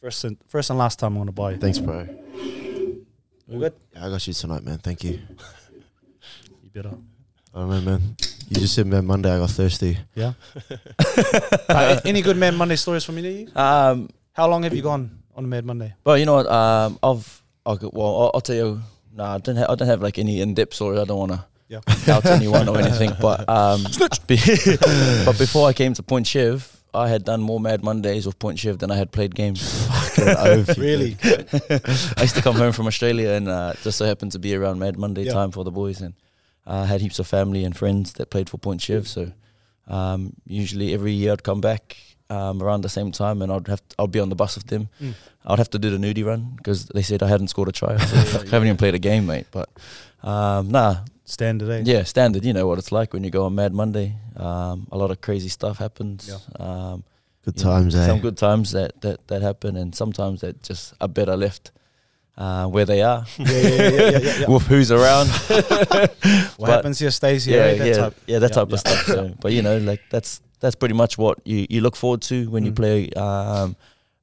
S1: First and, first and last time I'm going to buy.
S2: Thanks, bro.
S1: We good?
S2: Yeah, I got you tonight, man. Thank you.
S1: You better.
S2: I don't know, man. You just said, man, Monday I got thirsty.
S1: Yeah. Uh, any good Mad Monday stories from you?
S3: Um,
S1: How long have you gone on Mad Monday?
S3: but you know what? Um, I've I'll, go- well, I'll, I'll tell you. Nah, I don't. Ha- I don't have like any in depth stories. I don't want to
S1: Yeah.
S3: out anyone or anything. But um, be- but before I came to Point Shiv, I had done more Mad Mondays with Point Shiv than I had played games.
S1: Really?
S3: I used to come home from Australia and uh, just so happened to be around Mad Monday
S1: Yeah.
S3: time for the boys, and uh, had heaps of family and friends that played for Point Shiv. So um, usually every year I'd come back. Um, around the same time, and I'd have to, I'd be on the bus with them.
S1: Mm.
S3: I'd have to do the nudie run because they said I hadn't scored a try. So I haven't even played a game, mate. But um, nah,
S1: Standard, eh?
S3: yeah, standard. You know what it's like when you go on Mad Monday. Um, a lot of crazy stuff happens.
S1: Yeah.
S3: Um,
S2: Good
S3: you know,
S2: times, eh?
S3: Some good times that, that, that happen, and sometimes that just are better left uh, where they are
S1: Yeah, yeah, yeah, yeah, yeah, yeah.
S3: with who's around.
S1: What
S3: But-
S1: happens here stays here.
S3: yeah,
S1: eh? That
S3: yeah,
S1: type.
S3: yeah, that
S1: Yeah,
S3: type
S1: yeah.
S3: of stuff. So, but you know, like that's that's pretty much what you, you look forward to when you
S1: Mm.
S3: play um,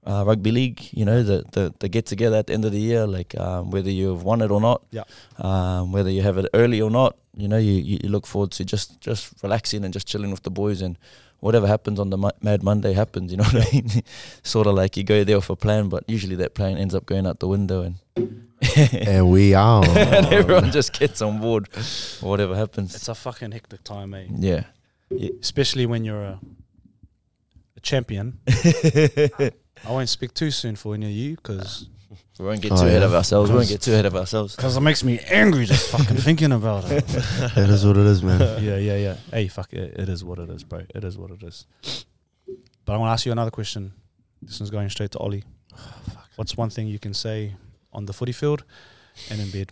S3: uh, rugby league. You know, the, the the get together at the end of the year, like um, whether you've won it or not,
S1: Yeah.
S3: um, whether you have it early or not. You know, you, you you look forward to just just relaxing and just chilling with the boys and. Whatever happens on the Mo- Mad Monday happens, you know what I mean? sort of like you go there with a plan, but usually that plan ends up going out the window and,
S2: And we are.
S3: and everyone just gets on board, whatever happens.
S1: It's a fucking hectic time, eh?
S3: Yeah.
S1: Especially when you're a, a champion. I won't speak too soon for any of you because
S3: We won't get
S2: Oh,
S3: too ahead
S2: yeah.
S3: of ourselves. We won't
S1: Cause-
S3: get too ahead of ourselves.
S1: it makes me angry just fucking thinking about it.
S2: that is what it is, man.
S1: yeah, yeah, yeah. Hey, fuck it. It is what it is, bro. It is what it is. But I want to ask you another question. This one's going straight to Ollie. What's one thing you can say on the footy field and in bed?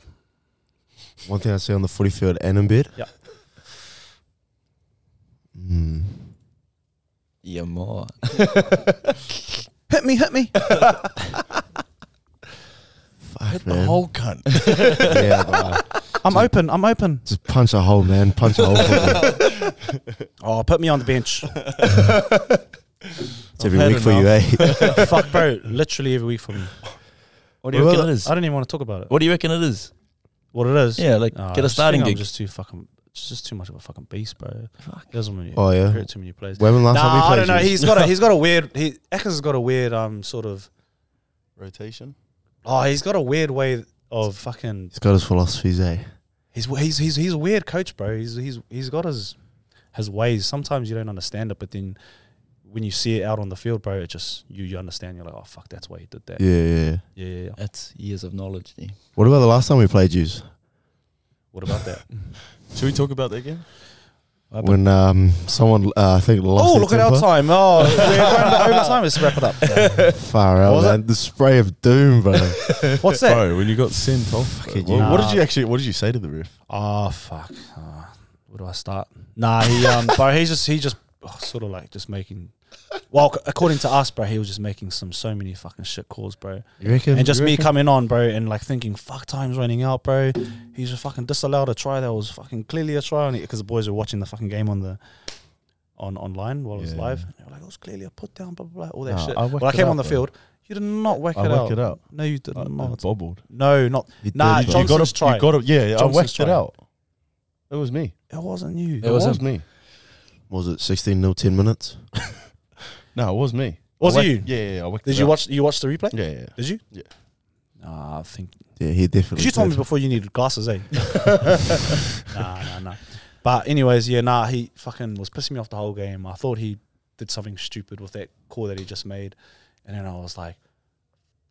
S2: One thing I say on the footy field and in bed.
S1: Yeah.
S2: Mm.
S3: Yeah, more.
S1: Hit me, hit me.
S2: Fuck, man.
S3: cunt.
S2: yeah, bro.
S1: I'm open. I'm open.
S2: Just punch a hole, man. Punch a hole. For them.
S1: Oh, put me on the bench.
S2: It's every week for you, eh?
S1: Fuck, bro. Literally every week for me.
S3: What do you reckon it is?
S1: I don't even want to talk about it.
S3: What do you reckon it is?
S1: What it is?
S3: Yeah, like
S1: Nah, Oh, I
S3: get a
S1: just
S3: starting
S1: think I'm
S3: gig.
S1: just too fucking. It's just too much of a fucking beast, bro. It doesn't really
S2: Oh, yeah.
S1: compare it to many players.
S2: When was the last time we
S1: Nah, I
S2: played
S1: don't know.
S2: you?
S1: He's got a he's got a weird. He Eccles has got a weird um sort of
S4: Rotation.
S1: Oh, he's got a weird way of fucking.
S2: He's got his philosophies, eh?
S1: He's he's he's he's a weird coach, bro. He's he's he's got his his ways. Sometimes you don't understand it, but then when you see it out on the field, bro, it just you you understand. You're like, oh fuck, that's why he did that.
S2: Yeah, yeah. yeah.
S1: yeah. yeah, yeah.
S3: That's years of knowledge. D.
S2: What about the last time we played you?
S1: What about that?
S4: Should we talk about that again?
S2: When um someone uh, I think lost.
S1: oh,
S2: their
S1: look at our
S2: temper.
S1: time. Oh, we're going to overtime. Let's wrap it up.
S2: Far out,
S1: What was
S2: man. The spray of doom, bro.
S1: What's that?
S4: Bro, when you got sent off,
S2: Fucking
S4: bro,
S1: you.
S4: what, what
S1: Nah.
S4: did you actually? What did you say to the ref?
S1: Oh fuck. Oh, where do I start? Nah, he um, bro, he's just he just oh, sort of like just making. Well, ac- according to us, bro, he was just making some so many fucking shit calls, bro.
S2: You reckon?
S1: and just
S2: you
S1: me
S2: reckon?
S1: coming on, bro, and like thinking, fuck, time's running out, bro. He's just fucking disallowed a try that was fucking clearly a try on it because the boys were watching the fucking game on the on online while it was
S4: Yeah.
S1: live. And they were like, it was clearly a put down, blah blah blah, all that
S4: Nah,
S1: shit.
S4: I
S1: I
S4: worked
S1: well, I
S4: it
S1: came
S4: out,
S1: on the
S4: bro.
S1: field. You did not whack
S4: I
S1: it out.
S4: worked it out.
S1: No, you did
S4: I, I
S1: not.
S4: bobbled.
S1: No, not
S2: He did,
S1: Nah,
S2: bro.
S1: Johnson- Johnson's
S4: you got it.
S1: try.
S4: You got it. Yeah,
S1: Johnson's
S4: I whacked
S1: try.
S4: it out. It was me.
S1: it wasn't you.
S3: It
S4: It,
S3: was
S4: was,
S3: him.
S4: me.
S2: Was it 16 nil 10 minutes?
S4: No, it was me.
S1: Was
S4: I
S1: it
S4: whacked- Yeah, yeah, yeah. I whacked
S1: Did
S4: it
S1: you
S4: out.
S1: watch? You watched the replay?
S4: Yeah, yeah.
S1: Did you?
S4: Yeah.
S1: Nah, I think
S2: Yeah, he definitely.
S1: Because you told me
S2: did.
S1: before you needed glasses, eh? nah, nah, nah. But anyways, yeah, nah, he fucking was pissing me off the whole game. I thought he did something stupid with that call that he just made, and then I was like,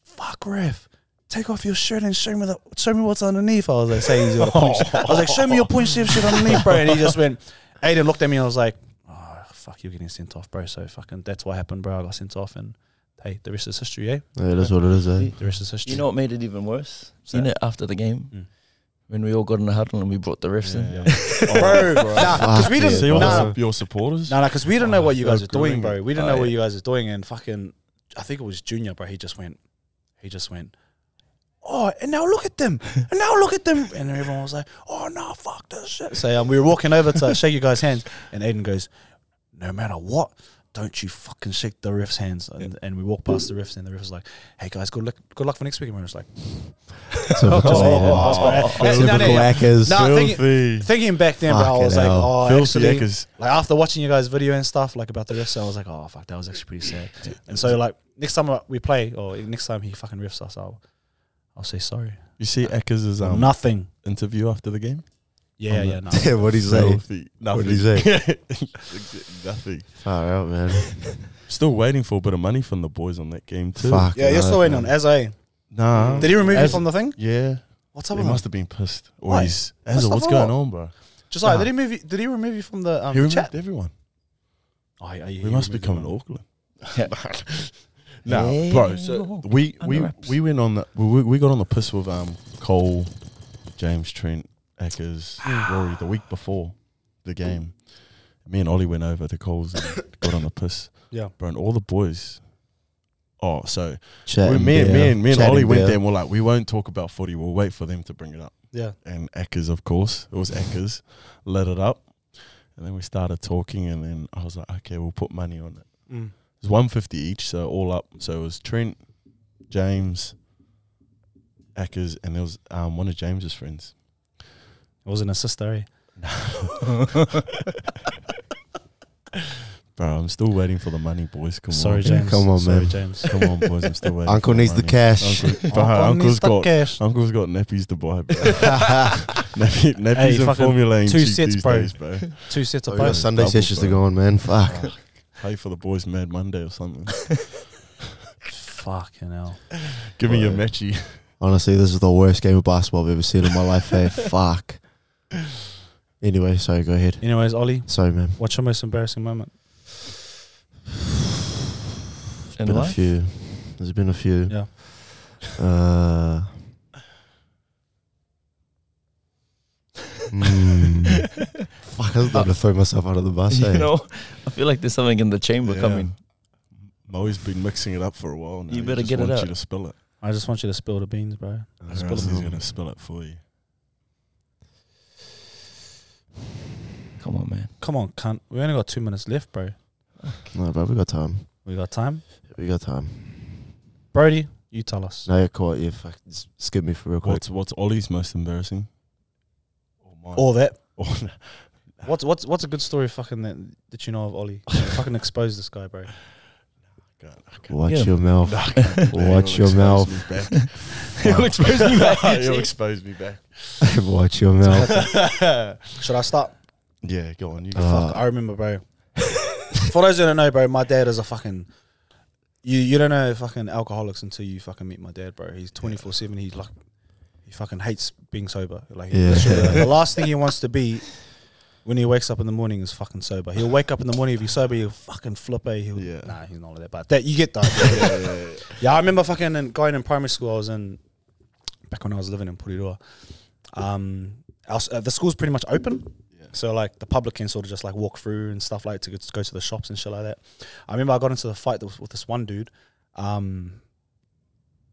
S1: "Fuck, ref." Take off your shirt and show me the, show me what's underneath. I was like saying he's got a point. I was like, show me your point shift shit underneath, bro. And he just went, Aiden looked at me and I was like, oh fuck, you're getting sent off, bro. So fucking that's what happened, bro. I got sent off, and hey, the rest is history, eh?
S2: Yeah, it is what it is, eh?
S1: The rest is history.
S3: You know what made it even worse?
S1: So-
S3: You know, after the game,
S1: Mm.
S3: when we all got in the huddle and we brought the refs in.
S4: Yeah.
S1: bro, nah, because we
S2: Fuck
S1: didn't.
S2: yeah,
S4: So your,
S2: bro.
S1: nah,
S4: your supporters?
S1: No, no, because we didn't know what you
S4: they
S1: guys
S4: were
S1: were doing,
S4: grilling
S1: bro.
S4: it.
S1: We didn't
S3: Oh,
S1: know what
S3: yeah.
S1: you guys were doing, and fucking, I think it was Junior, bro. He just went, he just went, oh, and now look at them, and now look at them, and everyone was like, oh no, fuck this shit. So um, we were walking over to shake you guys' hands, and Aiden goes, no matter what, don't you fucking shake the ref's hands. And, and we walk past the refs, and the ref is like, hey guys, good luck, good luck for next week. And we're just like,
S2: Typical
S1: Oh,
S2: Aiden.
S1: oh, oh, oh. No, no,
S2: Typical
S1: yeah.
S2: Ackers.
S1: No, I think
S4: Filthy.
S1: thinking back then, bro, I was
S2: Fucking
S1: like,
S2: hell.
S1: oh,
S4: Filthy
S1: actually,
S4: Eckers.
S1: like after watching you guys' video and stuff, like about the refs, I was like, oh fuck, that was actually pretty sad. And so like next time we play, or next time he fucking refs us, I'll I'll say sorry.
S4: You see Eckers' um,
S1: Nothing.
S4: interview after the game?
S1: Yeah,
S4: I'm
S1: yeah, no.
S4: not-
S2: Yeah, what'd he say?
S4: Filthy.
S2: What'd
S4: Nothing.
S2: he
S4: Nothing.
S2: Far out, man.
S4: Still waiting for a bit of money from the boys on that game too.
S2: Fuck.
S1: Yeah, you're still waiting on Azza.
S4: Nah.
S1: Did he remove you
S4: As-
S1: from the thing?
S4: Yeah.
S1: What's up
S4: He
S1: with him?
S4: must have been pissed. Or
S1: Why?
S4: he's
S1: Pissed
S4: Azza,
S1: off
S4: what's
S1: or
S4: going
S1: what?
S4: on, bro?
S1: Just like
S4: Nah.
S1: did he move? You, did he remove you from the um,
S4: he removed
S1: chat?
S4: everyone.
S1: Oh, yeah, yeah,
S4: We
S1: he
S4: must
S1: removed
S4: become an
S1: everyone.
S4: Auckland.
S3: Yeah.
S4: Now,
S3: Yeah.
S4: bro, so we
S3: Under
S4: we,
S3: wraps.
S4: we went on the we- we, we got on the piss with um Cole, James Trent, Eckers, Rory the week before the game. Me and Ollie went over to Cole's and got on the piss.
S1: Yeah.
S4: Bro, and all the boys. Oh, so
S2: Chat
S4: we-
S2: and
S4: me, and, me
S2: beer.
S4: and me and
S2: Chat
S4: Ollie went
S2: beer.
S4: there and we're like, we won't talk about footy. We'll wait for them to bring it up.
S1: Yeah.
S4: And Eckers, of course, it was Eckers, lit it up, and then we started talking. And then I was like, okay, we'll put money on it.
S1: Mm.
S4: It was 150 each, so all up. So it was Trent, James, Eckers, and there was um, one of James's friends.
S1: It was an assist, eh?
S4: Bro, I'm still waiting for the money, boys. Come
S1: Sorry,
S4: on.
S1: James.
S2: Come on,
S1: Sorry,
S2: man.
S1: James.
S4: Come on, boys. I'm still waiting.
S2: Uncle
S4: for
S2: needs the
S4: money.
S2: cash.
S4: Uncle, bro, uncle's got
S1: cash.
S4: uncle's got nappies to buy, bro. Nappy, nappies
S1: Hey,
S4: are
S1: fucking
S4: formulating
S1: two
S4: cheap
S1: sets,
S4: these
S1: bro.
S4: days, bro.
S1: Two sets
S2: Oh,
S1: of
S2: we got
S1: both.
S2: Sunday
S4: Double,
S2: sessions to
S4: bro.
S2: go on, man. Fuck.
S4: Pay for the boys Mad Monday or something.
S1: Fucking hell.
S4: Give me your
S2: Bro.
S4: matchy.
S2: Honestly, this is the worst game of basketball I've ever seen in my life. Hey, fuck. Anyway, sorry. Go ahead.
S1: Anyways, Ollie,
S2: Sorry, man.
S1: what's your most embarrassing moment?
S3: In
S2: been a
S3: life?
S2: few. There's been a few.
S1: Yeah.
S2: Uh, Hmm. Fuck, I was about to throw myself out of the bus.
S3: You
S2: eh?
S3: know, I feel like there's something in the chamber
S4: Yeah.
S3: coming.
S4: Mo's been mixing it up for a while now.
S3: You
S4: He
S3: better
S4: just
S3: get it
S4: wants
S3: out.
S4: You to spill it.
S1: I just want you to spill the beans, bro.
S4: Or
S2: Spill
S4: else
S2: it.
S4: he's gonna spill it for you.
S3: Come on, man.
S1: Come on, cunt. We only got two minutes left, bro.
S2: No, bro, we got time.
S1: We got time.
S2: We got time.
S1: Brody, you tell us.
S2: No, you're caught. Yeah, fuck. Just skip me for real quick.
S4: What's what's Ollie's most embarrassing? Or mine?
S1: All that.
S4: Or-
S1: What's what's what's a good story? Fucking that, that you know of Ollie. fucking expose this guy, bro.
S4: God, I can't-
S2: Watch
S3: Yeah.
S2: your mouth.
S4: I can't.
S2: Watch your
S4: You'll
S2: mouth.
S4: expose me back.
S3: You'll expose me back.
S4: You'll expose me back.
S2: Watch your mouth.
S1: Should I start?
S4: Yeah, go on. You go.
S2: Uh,
S1: Fuck, I remember, bro. For those who don't know, bro, my dad is a fucking. You you don't know fucking alcoholics until you fucking meet my dad, bro. He's twenty four seven. He's like, he fucking hates being sober. Like, he
S2: Yeah.
S1: literally, like, the last thing he wants to be when he wakes up in the morning is fucking sober. He'll wake up in the morning if he's sober, he'll fucking flip a. He'll
S4: Yeah.
S1: nah, he's not like that. But that you get that. yeah, I remember fucking in, going in primary school. I was in back when I was living in Porirua. Um, our, s- uh, the school's pretty much open. So like the public can sort of just like walk through and stuff like to go to, go to the shops and shit like that. I remember I got into the fight that was with this one dude. Um,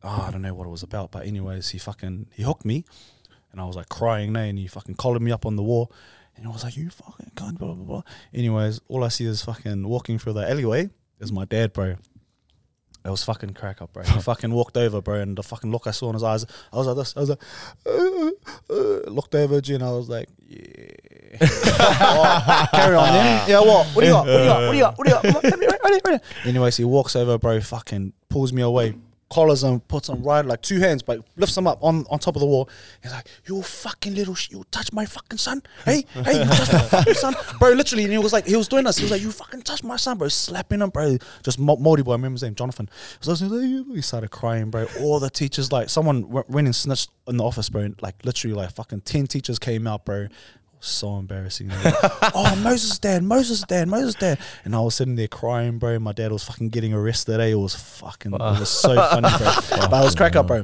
S1: oh, I don't know what it was about, but anyways, he fucking he hooked me, and I was like crying, nay, and he fucking collared me up on the wall, and I was like, you fucking cunt, blah blah blah. Anyways, all I see is fucking walking through the alleyway is my dad, bro. It was fucking crack up, bro. He fucking walked over, bro, and the fucking look I saw in his eyes, I was like this. I was like, uh, uh, looked over, G, and I was like, yeah. Oh, carry on then. Yeah, what? What do you got? What do you got? What do you got? What do you got? Come on, come here, right here, right here. Anyways, he walks over, bro, fucking pulls me away, collars him, puts him right, like two hands, but lifts him up on, on top of the wall. He's like, you fucking little sh- you touch my fucking son. Hey, hey, you touch my fucking son. Bro, literally, and he was like, he was doing this. He was like, you fucking touch my son, bro. Slapping him, bro. Just Mo- Moldy boy, I remember his name, Jonathan. So I was like, "Yeah," he started crying, bro. All the teachers, like, someone w- went and snitched in the office, bro. And, like, literally, like, fucking 10 teachers came out, bro so embarrassing. They were like, oh, Moses dad, Moses dad, Moses dad. And I was sitting there crying, bro. My dad was fucking getting arrested. Eh? It was fucking, it was so funny, bro. but I was crack up, bro.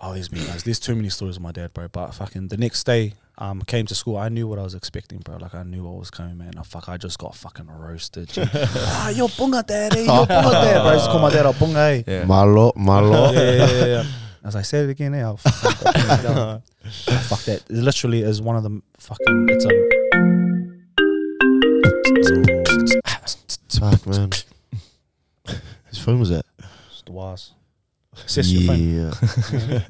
S1: Oh, there's me, guys. There's too many stories of my dad, bro. But fucking the next day, um, came to school. I knew what I was expecting, bro. Like I knew what was coming, man. Oh, fuck, I just got fucking roasted. G. ah, you're bunga dad, eh?
S4: Ah.
S1: You're bunga dad, bro. I just call my dad a bunga, eh?
S3: Yeah.
S2: Malo, malo.
S1: yeah, yeah, yeah, yeah. As I said it again, eh, I'll fucking fucking down. Ah, fuck that. It literally is one of the fucking. It's a.
S2: Fuck, man. His phone was at.
S1: It's the wires. Sis, your friend.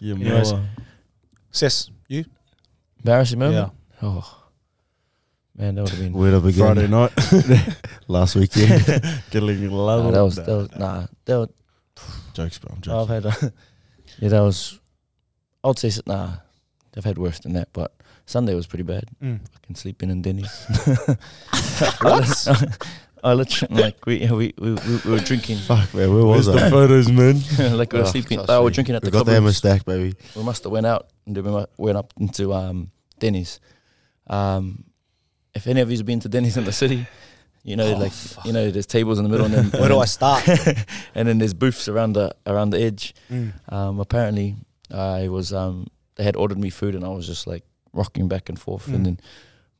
S4: Yeah,
S1: Anyways.
S4: Moa.
S1: Sis, you?
S3: Embarrassing moment. Oh man, that would have been.
S2: Weird up again.
S4: Friday night, Ah,
S2: Last weekend.
S4: getting
S3: Nah,
S4: level.
S3: that was that was nah. That was,
S4: jokes, bro. I'm joking.
S3: I've had. A, yeah, that was. I'd say s- nah. I've had worse than that, but Sunday was pretty bad.
S1: Yeah. Mm.
S3: Fucking sleeping in Denny's. what? I literally like we we we, we we were drinking.
S2: Fuck, man. Where
S4: Where's
S2: was
S4: the
S2: I?
S4: photos, man?
S3: like we were
S2: Oh,
S3: sleeping.
S2: trust
S3: Oh, we were
S2: me.
S3: drinking at
S2: we
S3: the
S2: got
S3: club.
S2: the hammer
S3: rooms.
S2: stack, baby.
S3: we must have went out and then we mu- went up into um, Denny's. Um, if any of you's been to Denny's in the city, you know,
S1: Oh,
S3: like you know, there's tables in the middle, and then,
S1: Where do I start?
S3: and then there's booths around the around the edge.
S1: Mm.
S3: Um, apparently, I was um, they had ordered me food, and I was just like rocking back and forth,
S1: Mm.
S3: and then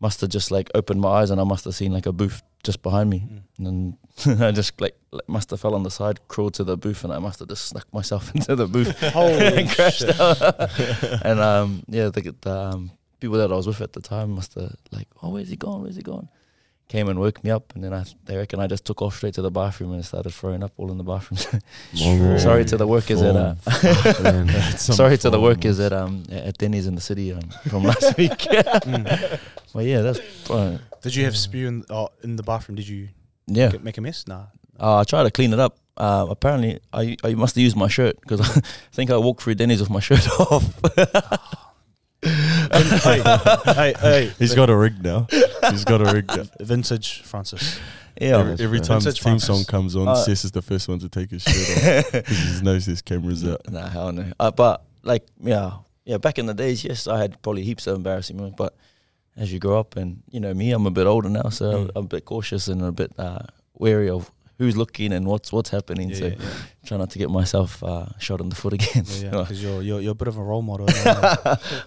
S3: must have just like opened my eyes, and I must have seen like a booth just behind me,
S1: Mm.
S3: and then I just like like, must have fell on the side, crawled to the booth, and I must have just snuck myself into the booth
S1: Holy
S3: and crashed
S1: shit.
S3: out. and um, yeah, the, the um, people that I was with at the time must have like, oh, where's he gone? Where's he gone? Came and woke me up, and then I they reckon I just took off straight to the bathroom and started throwing up all in the bathroom.
S2: Mongol.
S3: sorry to the workers at uh,
S2: Fuck, man.
S3: sorry to the workers at um at Denny's in the city um, from last week.
S1: Mm.
S3: but yeah, that's uh,
S1: Did you have spew in, oh, in the bathroom? Did you
S3: yeah.
S1: get- make a mess? Nah.
S3: Uh, I tried to clean it up. Uh, apparently, I I must have used my shirt because I think I walked through Denny's with my shirt off.
S1: hey, hey, hey.
S4: He's got a rig now. He's got a rig now.
S1: Vintage Francis.
S3: yeah,
S4: every, every time the
S1: Vintage
S4: theme
S1: Francis.
S4: song comes on,
S3: Uh,
S4: Sis is the first one to take his shirt off because he knows his camera's out.
S3: Nah, hell no. Uh, but like, yeah, yeah. Back in the days, yes, I had probably heaps of embarrassing moments. But as you grow up, and you know me, I'm a bit older now, so
S1: Mm.
S3: I'm a bit cautious and a bit uh, wary of who's looking and what's what's happening. so
S1: yeah, yeah.
S3: try not to get myself uh, shot in the foot again.
S1: Yeah, because you're, you're you're a bit of a role model. yeah.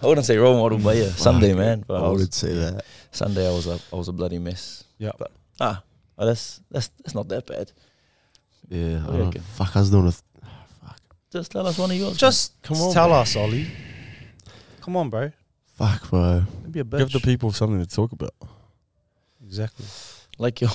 S3: I wouldn't say role model, but yeah, Sunday, man. But I
S2: I
S3: was,
S2: would say that.
S3: Sunday, I was a I was a bloody mess.
S1: Yeah.
S3: but ah, well, that's that's that's not that bad.
S2: Yeah. I
S3: Okay.
S2: don't- Fuck, I was doing a. Th-
S3: Just tell us one of yours.
S1: Just
S4: Come on,
S1: tell us, Ollie. Come on, bro.
S2: fuck, bro.
S1: Don't be a bitch.
S4: Give the people something to talk about.
S1: exactly.
S3: like your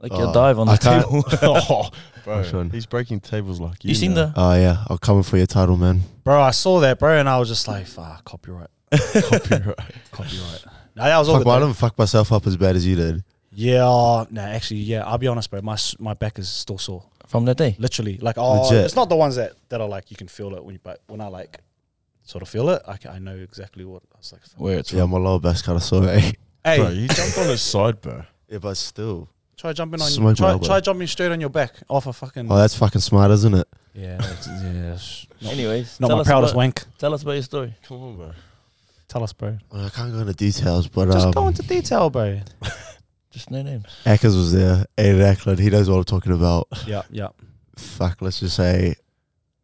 S3: like your
S2: Oh,
S3: dive on the
S2: I can't-
S3: table.
S4: oh, bro,
S2: Nice one.
S4: he's breaking tables like you.
S3: you seen the
S4: now.
S2: Oh, yeah. I'll come in for your title, man.
S1: Bro, I saw that, bro, and I was just like, fuck, copyright,
S4: copyright?
S1: copyright. nah, that was all
S2: Fuck,
S1: good.
S2: why I
S1: though.
S2: didn't fuck myself up as bad as you did.
S1: Yeah, oh, nah, actually, yeah, I'll be honest, bro. My s- my back is still sore.
S3: from that day?
S1: Literally, like, oh,
S2: Legit.
S1: it's not the ones that, that are like, you can feel it when you, but when I like sort of feel it, I, ca- I know exactly what I was like. fuck.
S3: Where it's
S2: Yeah, my lower back's kind of sore, eh?
S1: Hey,
S4: Bro, you jumped on his side, bro.
S2: Yeah, but still.
S1: try jumping on,
S2: Smoke my
S1: try,
S2: elbow.
S1: try jumping straight on your back off a fucking.
S2: Oh, that's fucking smart, isn't it?
S1: yeah, that's- yeah, that's not,
S3: Anyways,
S1: not
S3: tell
S1: my
S3: us
S1: proudest
S3: about,
S1: wank.
S3: Tell us about your story.
S4: Come on, bro.
S1: Tell us, bro.
S2: Well, I can't go into details, but
S1: Just
S2: um,
S1: go into detail, bro.
S3: Just no names.
S2: Ackers was there. Aiden Ackland, he knows what I'm talking about.
S1: yeah, yeah.
S2: Fuck, let's just say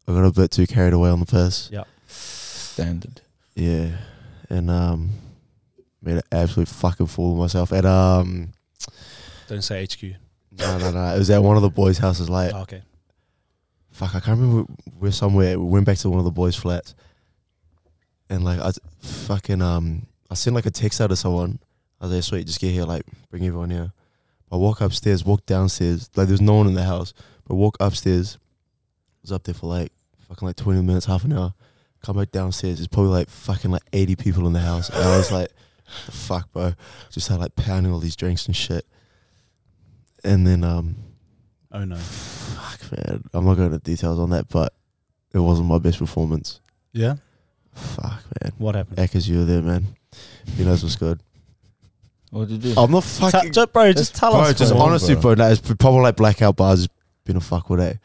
S2: I got a bit too carried away on the piss.
S3: Standard.
S2: Yeah, and um, made an absolute fucking fool of myself. At um,
S1: Don't say HQ.
S2: no, no, no, it was at one of the boys' houses. Like,
S1: Oh, okay.
S2: fuck, I can't remember. We're somewhere. We went back to one of the boys' flats, and like I fucking um, I sent like a text out to someone. I was like, sweet, just get here, like bring everyone here. I walk upstairs, walk downstairs. Like there's no one in the house, but walk upstairs. was up there for like fucking like 20 minutes, half an hour. Come back downstairs. There's probably like fucking like 80 people in the house. And I was like, the fuck, bro. Just had like pounding all these drinks and shit. And then um,
S1: Oh no.
S2: Fuck, man. I'm not going into details on that, but it wasn't my best performance.
S1: Yeah.
S2: Fuck, man.
S1: What happened?
S2: Eckers, you were there, man. He knows what's good.
S3: What did you do?
S2: I'm not fucking.
S1: T- bro, just tell
S2: bro,
S1: us.
S2: just
S1: bro.
S4: on-
S2: honestly, bro. Nah, it's probably like blackout bars. It's Been a fuck with it.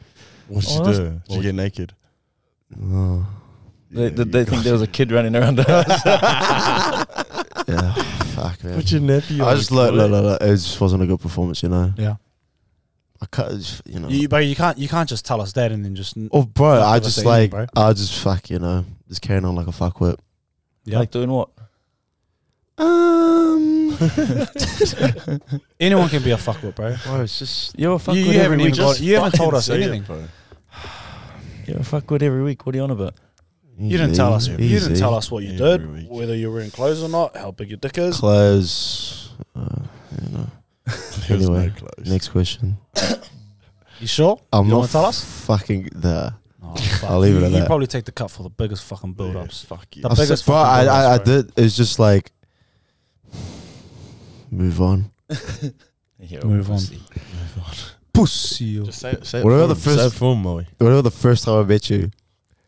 S4: What
S3: Oh,
S4: would you
S3: that's-
S4: do? Did you get naked?
S2: Oh,
S3: they,
S4: Yeah,
S3: did
S4: you
S3: they
S4: got-
S3: think there was a kid running around the house?
S2: yeah. fuck, man.
S4: Put your nephew.
S2: I
S4: on
S2: just
S4: the
S2: look,
S4: toilet.
S2: look, look, look. It just wasn't a good performance, you know.
S1: Yeah.
S2: I cut, you know.
S1: You, bro, you can't you can't just tell us that and then just n-
S2: oh, bro,
S1: Fuck
S2: I
S1: with
S2: just
S1: the evening,
S2: like,
S1: bro.
S2: I just fuck, you know, just carrying on like a fuckwit.
S1: yeah.
S3: Like doing what?
S2: Um,
S1: anyone can be a fuckwit, bro.
S2: bro, it's just
S3: You're a fuckwit
S1: You, you
S3: every
S1: haven't even
S3: week.
S1: got, you haven't told
S4: Fucking
S1: us
S4: say it,
S1: anything.
S4: bro.
S3: You're a fuckwit every week. What are you on about?
S1: You didn't tell us. You
S2: easy.
S1: didn't tell us what you
S4: Every
S1: did,
S4: week.
S1: whether you were in clothes or not, how big your dick is.
S2: clothes. Uh, you know,
S4: She was
S2: Anyway,
S4: no close.
S2: Next question.
S1: You sure?
S2: I'm
S1: you
S2: not
S1: want to Oh, tell us?
S2: fucking the.
S1: Oh, fuck.
S2: I'll leave it
S1: You-
S2: at
S1: you
S2: that.
S1: probably take the cut for the biggest fucking
S4: Yeah,
S1: build ups.
S4: Fuck you.
S1: The
S2: I'm
S1: biggest
S2: so, bro,
S1: fucking
S2: I,
S1: build-ups,
S2: I, I
S1: bro.
S2: did. It's just like move on.
S3: You're
S1: Move on.
S3: pussy.
S1: Pussy. you.
S4: Just say it. Say it
S2: What
S4: for
S2: about the
S4: him.
S2: first-
S4: Say it for him, Moe.
S2: Whatever the first time I met you,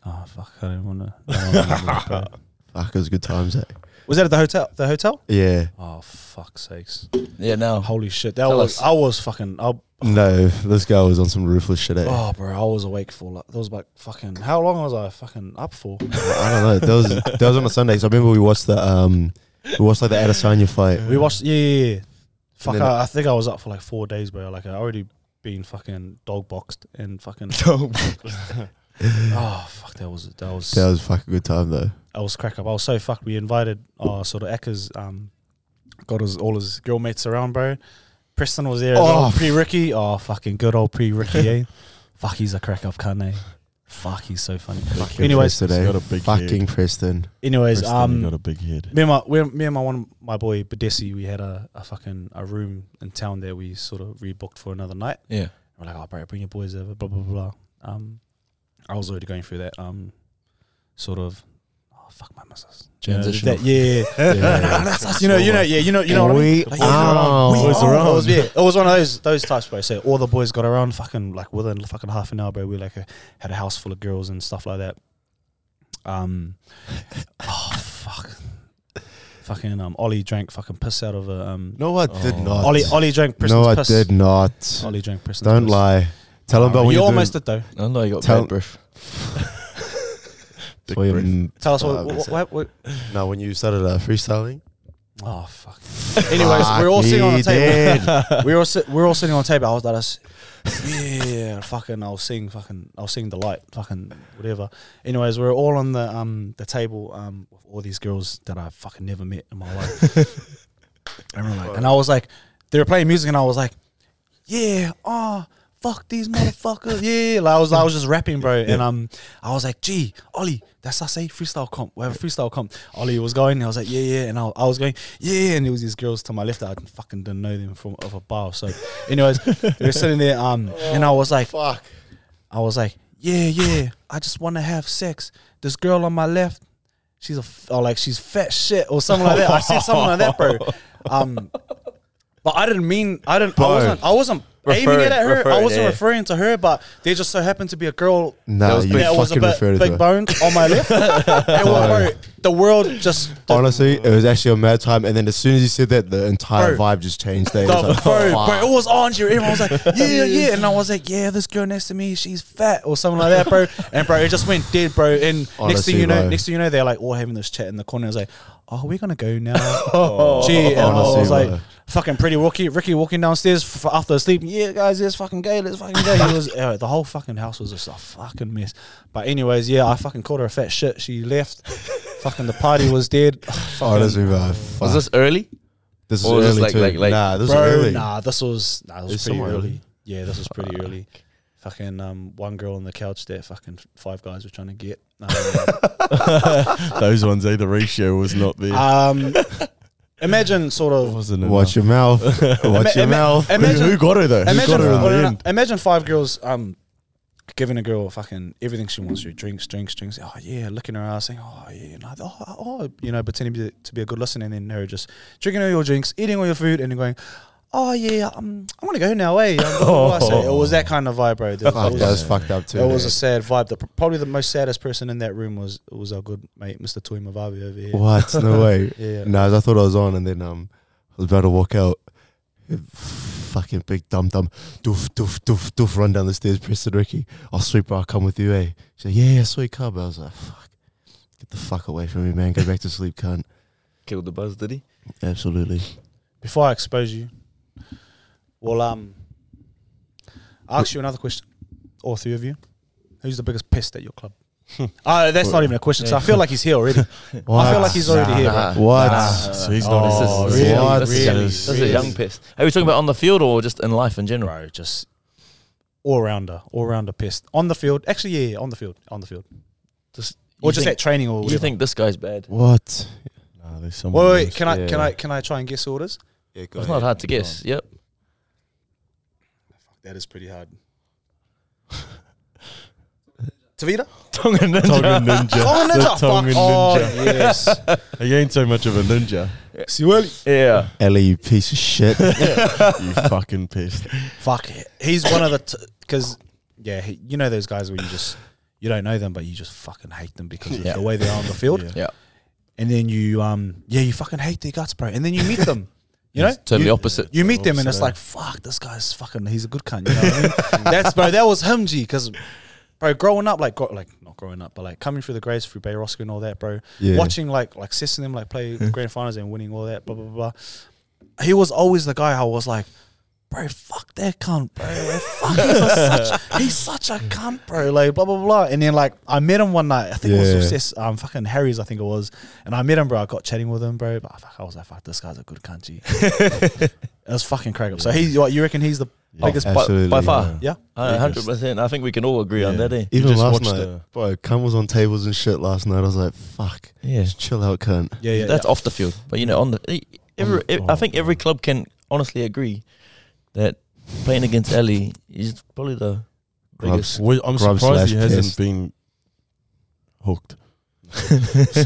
S1: Oh fuck! I didn't want to.
S2: fuck, it was good times. Eh?
S1: Was that at the hotel? The hotel?
S2: Yeah.
S1: Oh fuck sakes!
S3: Yeah, now
S1: Holy shit! That
S3: Tell
S1: was
S3: us.
S1: I was fucking. I,
S2: No, this guy was on some ruthless shit. Eh?
S1: oh bro, I was awake for like that was like fucking. How long was I fucking up for?
S2: I don't know. That was that was on a Sunday. 'cause I remember we watched the um, we watched like the Adesanya fight.
S1: We watched. Yeah, yeah, yeah. Fuck!
S2: then-
S1: I, I think I was up for like four days, bro. Like I already been fucking dog boxed and fucking. oh fuck! That was that was
S2: That was a fucking good time though.
S1: I was crack up. I was so fucked. We invited uh, sort of Eckers, um, got his, all his girl mates around, bro. Preston was there as
S2: Oh,
S1: well.
S2: f-
S1: Pre Ricky. Oh, fucking good old pre Ricky, eh? Fuck, he's a crack up cunt, eh? Fuck, he's so funny.
S2: Fucking
S1: Anyways-
S2: Preston,
S4: He's
S2: eh?
S4: got a big
S2: fucking Preston.
S1: Anyways,
S4: Preston,
S1: um,
S4: you got a big head.
S1: me and my we- me and my one my boy Badesi, we had a, a fucking a room in town there. We sort of rebooked for another night.
S3: yeah.
S1: We're like, oh, bro, bring your boys over, blah, blah, blah. blah. Um, I was already going through that um, sort of, oh, fuck my missus. You know,
S3: Transitional.
S1: that- yeah, yeah.
S2: Yeah.
S1: That's us, you know, you know, yeah, you know, you know what I mean?
S2: we
S1: Like,
S2: are.
S1: we
S4: Boys
S1: are.
S4: around.
S1: It was, yeah, it was one of those those types, bro. So all the boys got around, fucking like within fucking half an hour, bro. We like uh had a house full of girls and stuff like that. Um, oh fuck, fucking um, Ollie drank fucking piss out of a um.
S2: No, I did
S4: Oh.
S2: not.
S1: Ollie Ollie drank Preston's
S2: no, I
S1: piss.
S2: did not.
S1: Ollie drank Preston's
S2: Don't
S1: piss.
S2: lie. Tell him
S1: Alright,
S2: about when
S1: you
S2: you're
S1: almost did though.
S3: I know you got
S2: Tell-
S3: bad breath.
S2: doing, when
S4: breath.
S2: you-
S1: Tell us what,
S2: Oh,
S1: what,
S2: that's
S1: what,
S2: it.
S1: what,
S2: No, when you started uh, freestyling.
S1: Oh fuck. Anyways, we're all sitting on
S2: he
S1: a table.
S2: did.
S1: we were all sit, we were all sitting on a table. I was like, this, yeah, fucking, I was seeing fucking, I was seeing the light, fucking whatever. Anyways, we were all on the um the table um with all these girls that I fucking never met in my life. and, we're like, and I was like, they were playing music, and I was like, yeah, oh. Fuck these motherfuckers! Yeah, like I was, I was just rapping, bro, and um, I was like, "Gee, Ollie, that's us, eh? Freestyle comp, we have a freestyle comp." Ollie was going, and I was like, "Yeah, yeah," and I, I was going, "Yeah," and it was these girls to my left that I fucking didn't know them from of a bar. So, anyways, we were sitting there, um, and I was like,
S2: Fuck.
S1: I was like, yeah, yeah, I just want to have sex. This girl on my left, she's a, f- or like she's fat shit or something like that. I said something like that, bro. Um, but I didn't mean, I didn't, I wasn't, I wasn't aiming it at
S3: Referring-
S1: her. I
S3: referring,
S1: wasn't
S3: yeah.
S1: referring to her, but they just so happened to be a girl
S2: Nah,
S3: was
S2: you
S3: big-
S1: that was a
S2: fucking
S1: bit
S2: referred to
S1: big
S2: it.
S1: boned on my left. and well, bro, the world just, the,
S2: Honestly, it was actually a mad time. And then as soon as you said that, the entire
S1: Bro.
S2: vibe just changed. They
S1: the,
S2: was like,
S1: bro,
S2: fuck.
S1: bro, it was orange. here. Everyone was like, yeah, yeah. And I was like, yeah, this girl next to me, she's fat or something like that, bro. And bro, it just went dead, bro. And next
S2: Honestly,
S1: thing you know,
S2: bro.
S1: next thing you know, they're like all having this chat in the corner. I was like, oh, we're gonna go now. Gee, and I was
S2: Honestly,
S1: like,
S2: bro.
S1: fucking pretty Ricky, Ricky walking downstairs f- after a sleep. Yeah, guys, let's fucking go. Let's fucking go. He was uh, the whole fucking house was just a fucking mess. But anyways, yeah, I fucking called her a fat shit. She left. fucking the party was dead.
S2: honestly, bro, fuck.
S3: Was this early?
S2: This is
S3: or was
S2: early
S3: this like-
S2: too.
S3: like- like-
S2: nah, this is
S1: Bro,
S2: early.
S1: nah, this was nah, this was
S2: It's
S1: pretty
S2: somewhat
S1: early.
S2: early.
S1: Yeah, this was pretty early. Fucking um, one girl on the couch there. Fucking five guys were trying to get. Um,
S4: Those ones, eh? The ratio was not there.
S1: um, imagine sort
S4: It
S1: of.
S4: wasn't
S2: Watch
S4: enough.
S2: your mouth. Watch your
S1: ima-
S2: mouth.
S1: imagine-
S2: who, who got her though? who
S1: Imagine,
S2: got her in
S1: well,
S2: the
S1: no, no,
S2: end?
S1: imagine five girls um, giving a girl fucking everything she wants to drinks, drinks, drinks. Oh yeah, licking her ass, saying oh yeah, no, oh, oh you know, pretending to be, to be a good listener, and then her just drinking all your drinks, eating all your food, and then going. Oh yeah, um, I'm gonna go now, eh? Um, blah, blah, blah." So it was that kind of vibe, bro. There-
S2: Fuck,
S1: it was-
S2: that was fucked up too. eh?
S1: It was a
S2: man.
S1: sad vibe. The, probably the most saddest person in that room was was our good mate, Mr. Tui Mavavi over here.
S2: what? No way.
S1: Yeah.
S2: Nah, I thought I was on, and then um, I was about to walk out. Fucking big dumb dumb, doof doof doof doof, run down the stairs, Preston Ricky. Oh sweet bro, I'll come with you, eh? She said, yeah, yeah, sweet cub. I was like, fuck, get the fuck away from me, man. Go back to sleep, cunt.
S3: Killed the buzz, did he?
S2: Absolutely.
S1: Before I expose you, well, um, I'll ask you another question, all three of you. Who's the biggest pest at your club? Oh, that's not even a question. So I feel like he's here already. I feel like he's already here. Bro.
S2: What?
S4: So he's not.
S1: Oh,
S4: Oh,
S1: really?
S2: What?
S3: This is,
S1: Really?
S3: this is a young pest. Are we talking about on the field or just in life in general?
S1: Bro, just all rounder, all rounder pest on the field. Actually, yeah, yeah, on the field, on the field,
S3: Just,
S1: or
S3: you
S1: just
S3: think,
S1: at training or whatever.
S3: you think this guy's bad?
S2: What?
S4: Nah, there's someone
S1: Wait, wait,
S4: else.
S1: can I can
S2: Yeah.
S1: I can I try and guess who it is?
S2: Yeah, go
S3: It's not
S2: ahead.
S3: hard to guess. Yep.
S1: that is pretty hard. Tavita?
S3: Tonga Ninja.
S4: Tonga ninja.
S1: Oh, ninja.
S4: Tongan
S1: Fuck. Oh,
S4: ninja.
S1: yes.
S4: you ain't so much of a ninja.
S1: Siweli.
S3: Yeah.
S2: Ellie, you piece of shit.
S4: You fucking pissed.
S1: Fuck. He's one of the. Because, yeah, he, you know those guys where you just. You don't know them, but you just fucking hate them because of
S3: Yeah.
S1: the way they are on the field.
S4: Yeah.
S3: Yeah.
S1: And then you, um, yeah, you fucking hate their guts, bro. And then you meet them. You know,
S3: It's totally
S1: You-
S3: opposite.
S1: You meet them and it's
S4: Also-
S1: like, fuck, this guy's fucking, he's a good cunt. You know what I mean? That's, bro, that was him, G. Because, bro, growing up, like, gro- like not growing up, but like coming through the grades through Bay Roscoe and all that, bro.
S2: Yeah.
S1: Watching like, like Sess and them like play grand finals and winning all that, blah, blah, blah, blah. He was always the guy I was like, bro, fuck that cunt, bro. Fuck, he's, a such, he's such a cunt, bro. Like, blah, blah, blah. And then, like, I met him one night. I think it
S2: Yeah.
S1: was Sess, um, fucking Harry's, I think it was. And I met him, bro. I got chatting with him, bro. But fuck, I was like, fuck, this guy's a good cunt, G. It was fucking crack up. So he, what, you reckon he's the biggest?
S3: by-
S2: Absolutely,
S3: by far.
S1: Yeah.
S3: Uh, 100%. I think we can all agree on
S4: Yeah.
S3: that, eh?
S4: You
S2: Even
S4: just
S2: last
S4: watch
S2: night,
S4: the-
S2: bro, Cam was on tables and shit last night. I was like, fuck,
S3: Yeah.
S2: just chill out, cunt.
S1: Yeah, yeah.
S3: That's
S1: yeah.
S3: off the field. But, you know, on the. eh, Every,
S4: the-
S3: I think every club can honestly agree that playing against Ali is probably the
S2: Grubs.
S3: biggest.
S4: Well, I'm
S2: Grub
S4: surprised he
S2: slash
S4: hasn't
S2: pissed.
S4: been hooked.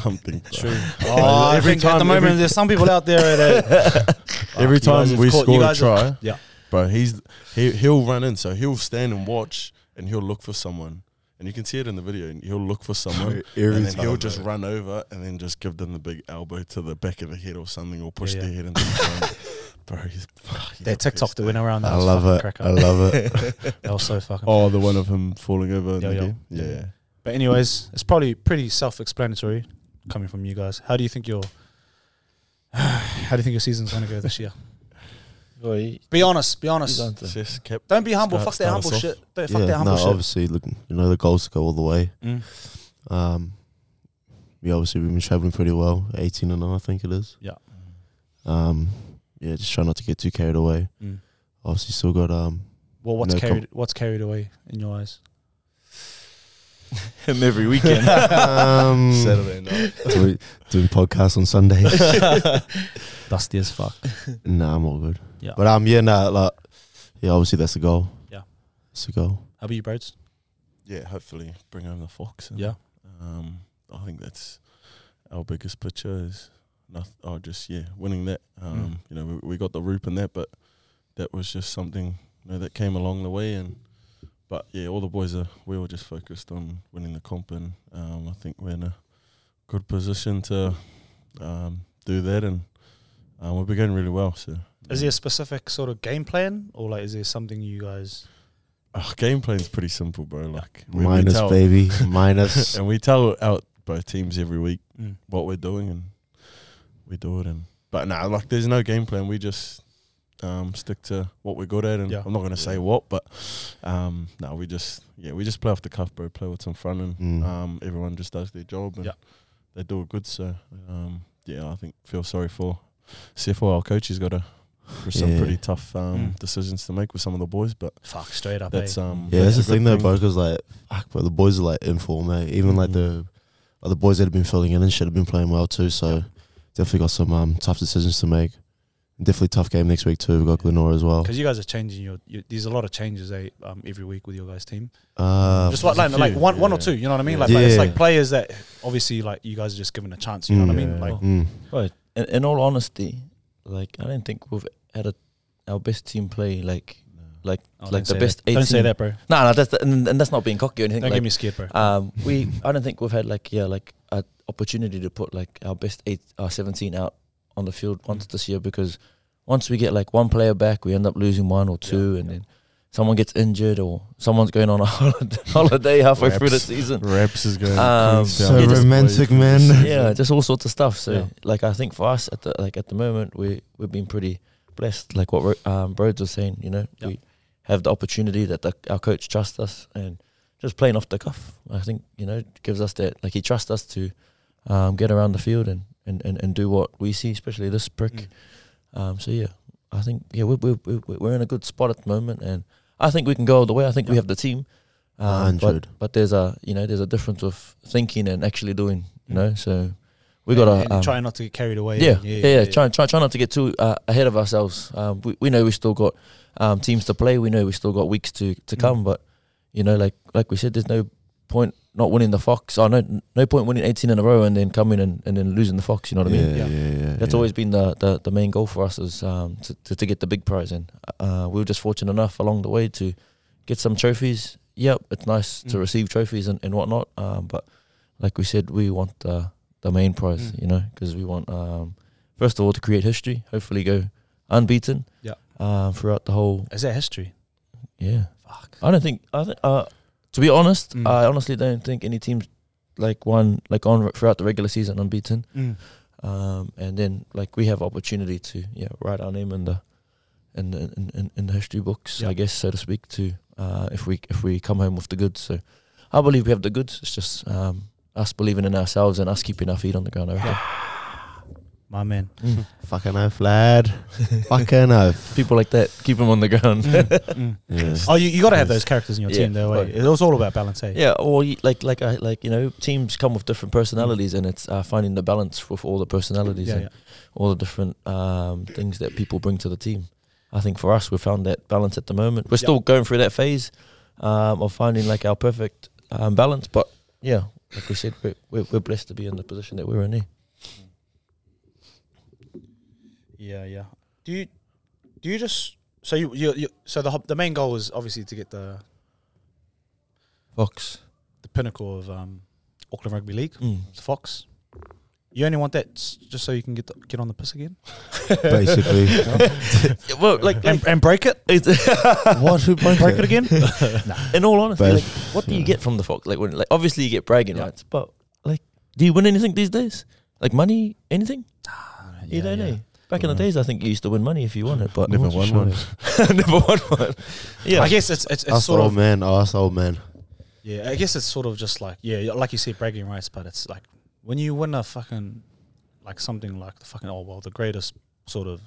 S4: Something.
S1: True. Oh, I
S4: Every
S1: think at
S4: time-
S1: the moment
S4: every-
S1: there's some people out there that
S4: Every
S1: You guys
S4: time
S1: have
S4: we
S1: caught- you
S4: score a
S1: guys have-
S4: try,
S1: yeah.
S4: bro, he's he he'll run in, so he'll stand and watch, and he'll look for someone, and you can see it in the video, and he'll look for someone,
S2: Every
S4: and then
S2: time,
S4: he'll just
S2: bro.
S4: run over, and then just give them the big elbow to the back of the head or something, or push
S1: Yeah, yeah.
S4: their head into the ground. Bro, he's, fuck, he's a
S1: that TikTok
S4: pest.
S1: that went around. That
S2: I
S1: was
S2: love
S1: fucking
S2: it.
S1: Crack
S2: I
S1: up.
S2: love it.
S1: That was so fucking.
S4: Oh, the one of him falling over. in
S1: Yeah,
S4: the
S1: yeah.
S4: game? yeah, yeah.
S1: But anyways, it's probably pretty self-explanatory coming from you guys. How do you think your How do you think your season's gonna go this year?
S3: Well, he-
S1: Be honest. Be
S3: he's
S1: honest.
S3: on to-
S4: Just kept
S1: Don't be humble.
S4: Start-
S1: fuck that
S4: start us
S1: humble
S4: off.
S1: shit. Don't, fuck
S2: yeah,
S1: that humble
S2: no,
S1: shit.
S2: obviously, look, you know the goals go all the way.
S1: Mm.
S2: Um, yeah, obviously we've been traveling pretty well, eighteen and all, I think it is.
S1: Yeah.
S2: Um, yeah, just try not to get too carried away.
S1: Mm.
S2: Obviously, still got um,
S1: Well, what's
S2: No com-
S1: carried What's carried away in your eyes?
S3: him every weekend.
S2: um
S4: Saturday night.
S2: doing, doing podcasts on Sundays.
S1: Dusty as fuck.
S2: nah, I'm all good.
S1: Yeah.
S2: But um, yeah, nah, like, yeah, obviously that's the goal.
S1: Yeah.
S2: that's the goal.
S1: How about you, Broads?
S4: Yeah, hopefully bring home the fox. and,
S1: Yeah.
S4: Um, I think that's our biggest picture is nothing. Oh, just yeah, winning that.
S1: Mm.
S4: Um, you know, we, we got the roop in that, but that was just something you know that came along the way. And but yeah, all the boys are we all just focused on winning the comp, and um, I think we're in a good position to um, do that, and um, we've been going really well. So
S1: Is there a specific sort of game plan, or like, is there something you guys?
S4: Our Oh, game plan's pretty simple, bro. Like we- we
S2: Minus
S4: tell-
S2: baby, minus.
S4: and we tell out both teams every week.
S1: Mm.
S4: what we're doing and we do it and but now like there's no game plan we just um stick to what we're good at and
S1: Yeah.
S4: i'm not going to say what but um no we just yeah we just play off the cuff bro play what's in front and
S2: Mm.
S4: um everyone just does their job and
S1: Yeah.
S4: they do it good so um yeah i think feel sorry for CFO our coach he's got a for some
S2: Yeah.
S4: pretty tough um
S1: Mm.
S4: decisions to make with some of the boys but
S1: Fuck straight up.
S4: that's
S1: eh?
S4: um
S2: Yeah, that's the
S4: a good
S2: thing though, bro. Because like, fuck, but the boys are like informal, mate. Even like
S4: Mhm.
S2: the
S1: Mm-hmm.
S2: like, the boys that have been filling in and shit have been playing well too. So definitely got some um, tough decisions to make. Definitely tough game next week too. We've got Glenora as well.
S1: Because you guys are changing your, your there's a lot of changes eh, um, every week with your guys' team.
S2: Uh,
S1: just like like,
S4: there's a
S1: like
S4: few,
S1: one one or
S4: yeah.
S1: two, you know what I mean?
S4: Yeah.
S1: Like, like, it's
S2: Yeah.
S1: like players that obviously like you guys are just given a chance, you know what I
S2: Mm.
S1: mean? Like
S3: Yeah.
S2: mm,
S3: in, in all honesty, like I don't think we've had a, our best team play like like
S1: oh, don't
S3: like the
S1: say
S3: best.
S1: that. Don't say
S3: 18
S1: that, bro.
S3: No, no, that's and, and that's not being cocky or anything.
S1: Don't
S3: like,
S1: get me scared, bro.
S3: um, we I don't think we've had like yeah like an opportunity to put like our best eight our seventeen out on the field once this year because once we get like one player back, we end up losing one or two, and
S1: yeah.
S3: then someone gets injured or someone's going on a holiday, holiday halfway through the
S4: Raps.
S3: season.
S4: Raps is going
S3: Um,
S4: Queenstown.
S3: So Yeah, just-
S2: romantic, man.
S3: yeah, just all sorts of stuff. So
S1: Yeah.
S3: like I think for us at the like at the moment we we've been pretty blessed. Like what Ro- um, Rhodes was saying, you know,
S1: Yeah.
S3: we have the opportunity that the, our coach trusts us and just playing off the cuff. I think you know gives us that like he trusts us to um, get around the field and, and, and, and do what we see, especially this prick.
S1: Mm.
S3: Um, so yeah, I think yeah we're, we're we're we're in a good spot at the moment, and I think we can go all the way. I think we have the team. Um, but
S2: 100.
S3: but there's a you know there's a difference of thinking and actually doing you know so we got
S1: and
S3: to um,
S1: try not to get carried away.
S3: yeah, yeah, yeah, Try, try, try not to get too uh, ahead of ourselves. Um, we, we know we still got um, teams to play. We know we still got weeks to, to
S1: Mm.
S3: come. But you know, like like we said, there's no point not winning the fox. Oh, no, no point winning 18 in a row and then coming and and then losing the fox. You know what I mean?
S1: Yeah.
S2: Yeah, yeah, yeah.
S3: That's
S2: yeah.
S3: always been the, the, the main goal for us is um, to, to, to get the big prize in. Uh, we were just fortunate enough along the way to get some trophies. Yep, it's nice to
S1: Mm.
S3: receive trophies and, and whatnot. Um, but like we said, we want the, the main prize,
S1: Mm.
S3: you know, because we want, um, first of all, to create history, hopefully go unbeaten
S1: Yeah.
S3: uh, throughout the whole.
S1: Is that history?
S3: Yeah.
S1: Fuck.
S3: I don't think, I think uh, to be honest,
S1: Mm.
S3: I honestly don't think any teams like won, like on throughout the regular season unbeaten
S1: Mm.
S3: um, and then like we have opportunity to yeah write our name in the in the, in, in, in the history books,
S1: Yeah.
S3: I guess so to speak. To uh, if we if we come home with the goods, so I believe we have the goods. It's just um, us believing in ourselves and us keeping our feet on the ground. Every day.
S1: My man.
S3: Mm.
S2: Fucking oath, lad. Fucking oath.
S3: People like that keep them on the ground.
S1: Mm.
S2: Yeah.
S1: Oh, you, you got to have those characters in your
S3: Yeah.
S1: team, though. eh?
S3: Right.
S1: It was all about balance, eh?
S3: yeah, or you- like like I like you know teams come with different personalities, and it's uh, finding the balance with all the personalities
S1: Yeah,
S3: and
S1: yeah.
S3: all the different um, things that people bring to the team. I think for us, we found that balance at the moment. We're
S1: Yeah.
S3: still going through that phase um, of finding like our perfect um, balance. But yeah, like we said, we're, we're, we're blessed to be in the position that we're in. eh? Here.
S1: Yeah, yeah. Do you do you just so you you, you so the ho- the main goal is obviously to get the
S3: Fox.
S1: the pinnacle of um, Auckland Rugby League,
S3: Mm.
S1: it's Fox. You only want that s- just so you can get the, get on the piss again
S2: Basically.
S3: Yeah, well, like, like
S1: and, and break it,
S3: it's-
S2: what? Who broke
S1: break it again.
S3: in all honesty,
S2: But-
S3: like, what do you
S2: yeah.
S3: get from the fox? Like, when, like obviously you get bragging
S1: Yeah.
S3: rights, but like, do you win anything these days? Like money, anything? You
S1: Ah, Yeah,
S3: don't
S1: yeah.
S3: know. Back in the
S2: Yeah.
S3: days, I think you used to win money if you won it, but
S2: Never Not won sure. one.
S3: never won one. Yeah,
S1: I guess it's it's, it's
S2: Us
S1: sort
S2: old
S1: of
S2: man. Us old man.
S1: yeah. I guess it's sort of just like yeah, yeah, like you said, bragging rights. But it's like when you win a fucking like something like the fucking oh well, the greatest sort of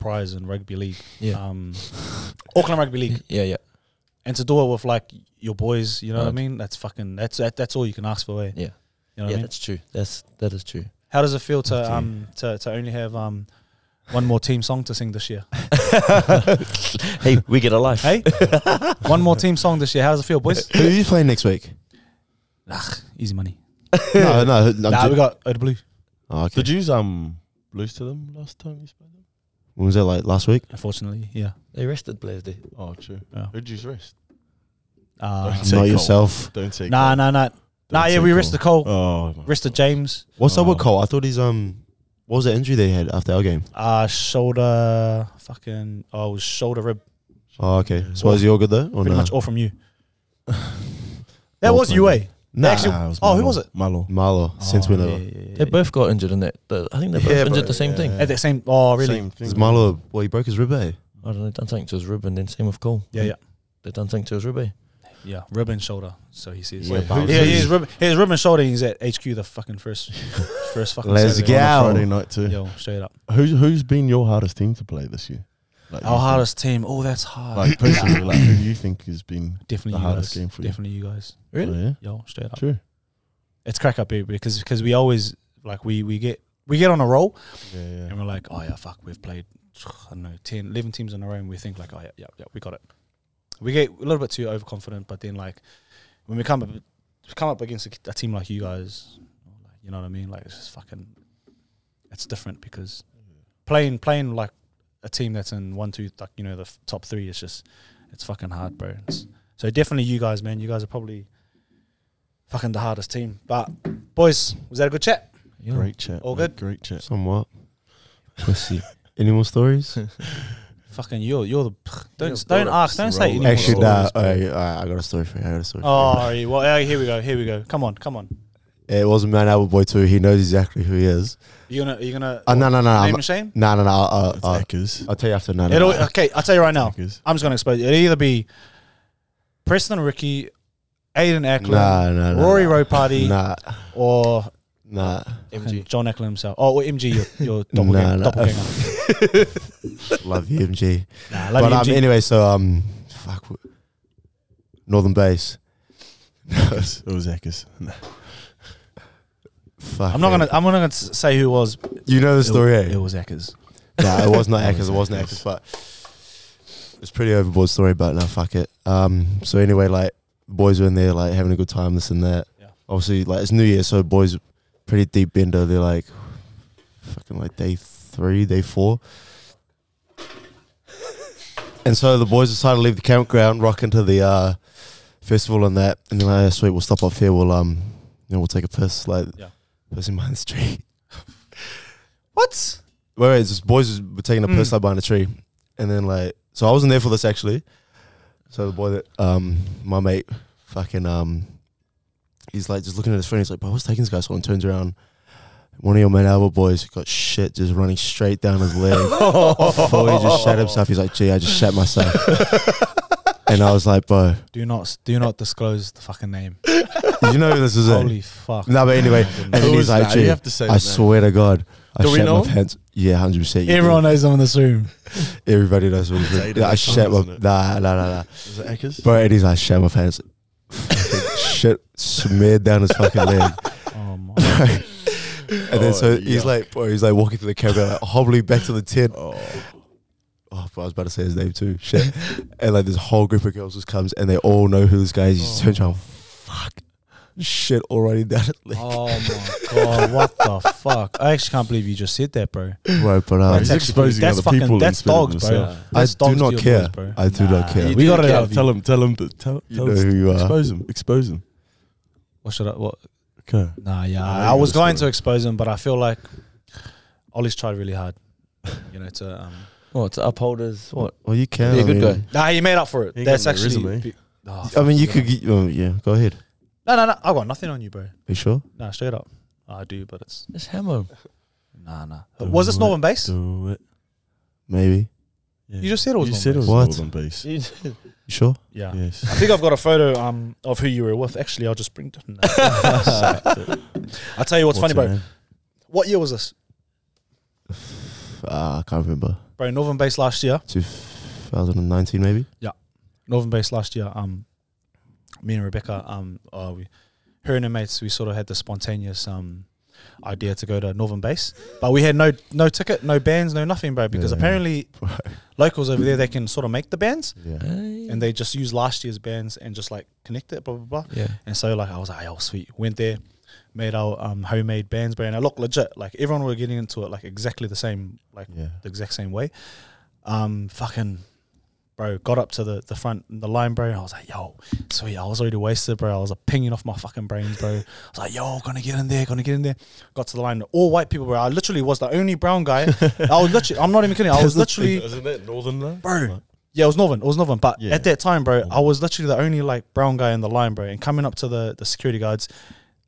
S1: prize in rugby league,
S3: Yeah.
S1: um, Auckland Rugby League.
S3: yeah, yeah,
S1: and to do it with like your boys, you know what I
S3: Right.
S1: mean? That's fucking that's that, that's all you can ask for. Eh?
S3: Yeah.
S1: you know what
S3: yeah.
S1: I mean.
S3: That's true. That's that is true.
S1: How does it feel to
S2: Okay.
S1: um to, to only have um one more team song to sing this year?
S3: hey, we get a life.
S1: Hey, one more team song this year. How does it feel, boys?
S2: Who are you playing next week?
S1: Easy money.
S2: no, no. I'm
S1: nah,
S2: ju-
S1: we got Oda Blue.
S2: oh, okay.
S4: Did you um lose to them last time you played them?
S2: When was that? Like last week?
S1: Unfortunately, yeah.
S3: they rested players there.
S4: Oh, true.
S1: Yeah.
S4: Who'd you rest?
S1: Uh,
S4: Take
S2: Not
S4: Cole.
S2: yourself.
S4: Don't take.
S1: nah,
S4: Cole.
S1: nah, nah, nah.
S4: Don't
S1: Yeah,
S4: take
S1: we
S4: Cole.
S1: rested Cole,
S4: Oh, my
S1: rested
S4: God.
S1: James,
S2: What's up with
S4: Oh.
S2: Cole? I thought he's um. What was the injury they had after our game?
S1: uh, shoulder, fucking, oh, it was shoulder rib.
S2: Oh, okay.
S4: Yeah.
S2: So was he all good though? Or
S1: Pretty
S4: Oh,
S2: no?
S1: much all from you. That was
S2: Auckland.
S1: you, eh?
S2: Nah,
S1: actually-
S4: Nah, was
S1: oh, who
S4: Malo.
S1: was it?
S4: Malo.
S2: Malo. since
S1: Oh,
S2: whenever.
S1: yeah, yeah, yeah,
S3: They both got injured in that. The- I think they both
S2: Yeah,
S3: injured
S2: bro,
S3: the same
S2: yeah.
S3: thing.
S1: yeah. at that same. Oh, really?
S4: Same thing.
S2: Is Malo? Well, he broke his rib. Eh?
S3: I don't know. Done something to his rib, and then same with Cole.
S1: Yeah, yeah.
S3: They done something to his rib. eh?
S1: Yeah, rib and shoulder. So he says.
S4: Wait,
S1: Yeah,
S4: who-
S1: yeah he's rib, he's rib and shoulder. and He's at HQ the fucking first, first fucking.
S2: Let's
S1: Saturday.
S2: go.
S4: On a Friday night too.
S1: Yo, straight up.
S4: Who's who's been your hardest team to play this year? Like,
S1: Our
S4: you
S1: hardest team. Oh, that's hard.
S4: think- Like personally, like who do you think has been?
S1: definitely
S4: the
S1: you
S4: hardest
S1: guys.
S4: game for you.
S1: definitely you. guys.
S3: Really?
S4: Oh, yeah.
S1: Yo, straight up.
S4: True.
S1: It's crack up here because because we always like we we get we get on a roll
S4: Yeah,
S1: and we're like, oh yeah, fuck, we've played I don't know 10, 11 teams in a row, and we think like, oh yeah, yeah, yeah, we got it. We get a little bit too overconfident, but then like when we come up, come up against a, a team like you guys, like, you know what I mean? Like it's just fucking, it's different because playing playing like a team that's in one two like you know the f- top three is just it's fucking hard, bro. It's- so definitely you guys, man. You guys are probably fucking the hardest team. But boys, was that a good chat?
S3: Yeah.
S4: Great chat.
S1: All good?
S4: mate. Great chat.
S2: Somewhat. Pussy. Any more stories?
S1: Fucking you're you're the don't
S3: Yeah,
S1: don't
S3: bro,
S1: ask don't say
S4: roll
S1: any
S4: it.
S1: more
S2: Actually,
S1: stories,
S2: nah.
S1: bro.
S2: alright, alright, I got a story for you. I got a story.
S1: Oh,
S2: for
S1: alright, well, uh, here we go. Here we go. Come on, come on.
S2: you. it was a man out with boy too. He knows exactly who he is.
S1: You gonna, you gonna
S2: Uh, no, no, no. I'm-
S1: name and shame?
S2: No, no, no. I'll,
S4: It's
S2: I'll, I'll,
S4: Eckers.
S2: I'll tell you after. No, no,
S1: It'll,
S2: no.
S1: okay, I'll tell you right now.
S4: Uh, Eckers.
S1: I'm just gonna explain. It'll either be Preston Ricky, Aiden Ackland,
S2: Nah, nah, nah.
S1: Rory
S2: nah.
S1: Rowe Party,
S2: Nah,
S1: or
S2: nah.
S3: MG.
S1: John Ackland himself. Oh, or MG, your, your doppelganger.
S2: Nah, nah.
S1: doppelganger.
S2: Love you, MG.
S1: Nah,
S2: but
S1: love
S2: um,
S1: you, MG.
S2: anyway, so um, fuck. w- Northern Base.
S4: Eckers. It was Eckers.
S2: Fuck.
S1: I'm not
S2: man.
S1: gonna. I'm not gonna s- say who it was.
S2: You know the
S1: It
S2: story,
S1: was-
S2: eh?
S1: It was Eckers.
S2: Nah, it was not
S1: It was
S2: Eckers. It wasn't
S1: Eckers.
S2: Eckers, but it's pretty overboard story. But no, fuck it. Um. So anyway, like boys were in there, like having a good time, this and that.
S1: Yeah.
S2: Obviously, like it's New Year, so boys pretty deep bender. They're like, fucking like day three, day four. And so the boys decided to leave the campground, rock into the uh, festival and that, and then like, "Oh, sweet, we'll stop off here. We'll um, you know, we'll take a piss, like,
S1: Yeah.
S2: pissing behind the tree.
S1: What?
S2: Wait, wait, just boys were taking a piss
S1: Mm.
S2: like behind a tree, and then like, so I wasn't there for this actually. So the boy that um, my mate, fucking um, he's like just looking at his friend. He's like, "Bro, what's taking this guy so?" And turns around, one of your man Albert boys got shit just running straight down his leg. Before he just shat himself, he's like, "Gee, I just shat myself," and I was like, "Bro,
S1: Do not. s- Do not disclose the fucking name.
S2: did you know this is it?"
S1: Holy fuck.
S2: No, but
S1: Oh
S2: anyway,
S1: my
S2: And
S1: goodness.
S2: then
S4: Who
S2: he's
S4: is
S2: like,
S4: that? You
S2: "Gee,
S4: have to say.
S2: I swear to God, I
S4: Do we
S2: shat my
S4: know him?
S2: pants. Yeah, hundred percent.
S1: everyone knows I'm in this room.
S2: everybody knows what
S4: It's
S2: he's
S4: Aiden
S2: yeah, I
S4: O'Connor,
S2: shat my
S4: isn't it?
S2: nah, nah, nah, nah.
S4: Is it Eckers?
S2: Bro, and he's like, shat my pants. Fucking shit smeared down his fucking leg.
S1: Oh my.
S2: and then
S4: Oh,
S2: so he's
S4: yuck.
S2: like, bro, he's like walking through the camera, like hobbling back to the tent.
S4: Oh,
S2: Oh, bro, I was about to say his name too. Shit. and like this whole group of girls just comes and they all know who this guy is. He just turns around, fuck, shit already down his leg.
S1: Oh my god. What the fuck? I actually can't believe you just said that, bro.
S2: Bro, but um,
S4: He's
S1: That's actually-
S4: exposing
S1: that's
S4: other
S1: fucking-
S4: people
S1: That's
S4: instead of
S1: dogs, bro.
S4: themselves.
S2: I
S1: That's
S2: do
S1: dogs
S2: not
S1: to your
S2: care.
S1: boys, bro.
S2: I do
S1: Nah.
S2: not care.
S1: You We uh, got it out of
S4: Tell him. Tell him. To, tell
S2: You
S4: tell
S2: know
S4: us-
S2: who you are.
S4: Expose him. Expose him.
S1: What should I? What?
S4: Okay.
S1: Nah, yeah.
S4: Nah,
S1: I, I
S4: you
S1: was
S4: gotta
S1: going
S4: stop.
S1: to expose him, but I feel like Ollie's tried really hard. You know, to um.
S3: Oh, to uphold his what?
S2: Well, you can.
S3: Be a
S2: I
S3: good
S2: mean-
S3: guy.
S1: Nah, he made up for it.
S4: He ain't
S1: That's
S4: got no
S1: actually.
S4: resume.
S1: be- Oh,
S2: I
S1: fuck,
S2: mean, you
S1: yeah.
S2: could. Get, oh, yeah, go ahead.
S1: No, no, no. I got nothing on you, bro.
S2: Are you sure?
S1: Nah, straight up. I do, but it's
S3: Just hammer him.
S1: nah, nah.
S4: Do
S1: was this
S4: it,
S1: Northern Base?
S4: Do it.
S2: Maybe.
S4: Yeah.
S1: You just said it was
S4: You
S1: Northern
S4: said it
S1: Base.
S2: What?
S4: was Northern Base.
S3: Dude.
S2: You sure?
S1: Yeah.
S4: Yes.
S1: I think I've got a photo um of who you were with. Actually, I'll just bring. No. I'll tell you what's, funny, bro. What year was this,
S2: Ah, I can't remember.
S1: bro? Northern Base last year.
S2: 2019, maybe.
S1: Northern Base last year. Um, me and Rebecca, um, uh, we, her and her mates, we sort of had the spontaneous um idea to go to Northern Base, but we had no no ticket, no bands, no nothing, bro. Because
S2: Yeah.
S1: apparently locals over there they can sort of make the bands,
S2: Yeah.
S1: and they just use last year's bands and just like connect it, blah blah blah.
S3: yeah.
S1: And so like I was like, oh sweet, went there, made our um homemade bands, bro, and it looked legit. Like everyone were getting into it like exactly the same, like
S2: Yeah.
S1: the exact same way. Um, fucking, bro, got up to the, the front, the line, bro. And I was like, yo, sweet. I was already wasted, bro. I was like pinging off my fucking brains, bro. I was like, yo, gonna get in there, gonna get in there. Got to the line, all white people, bro. I literally was the only brown guy. I was literally, I'm not even kidding. I was literally,
S4: Isn't that Northern though?
S1: bro. Yeah, it was Northern. It was Northern. But
S4: Yeah.
S1: at that time, bro, I was literally the only like brown guy in the line, bro. And coming up to the the security guards,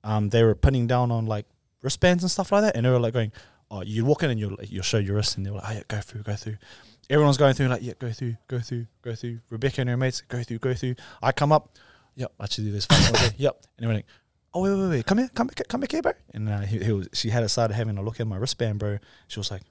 S1: um, they were pinning down on like wristbands and stuff like that, and they were like going, "Oh, you walk in and you'll you'll show your wrist," and they were like, "Oh yeah, go through, go through." Everyone's going through, like, "Yeah, go through, go through, go through." Rebecca and her mates, go through, go through. I come up, yep, I should do this. First one, okay, yep, and they were like. Oh wait, wait, wait! Come here, come, back- come back here, bro. And uh, he, he was, she had started having a look at my wristband, bro. She was like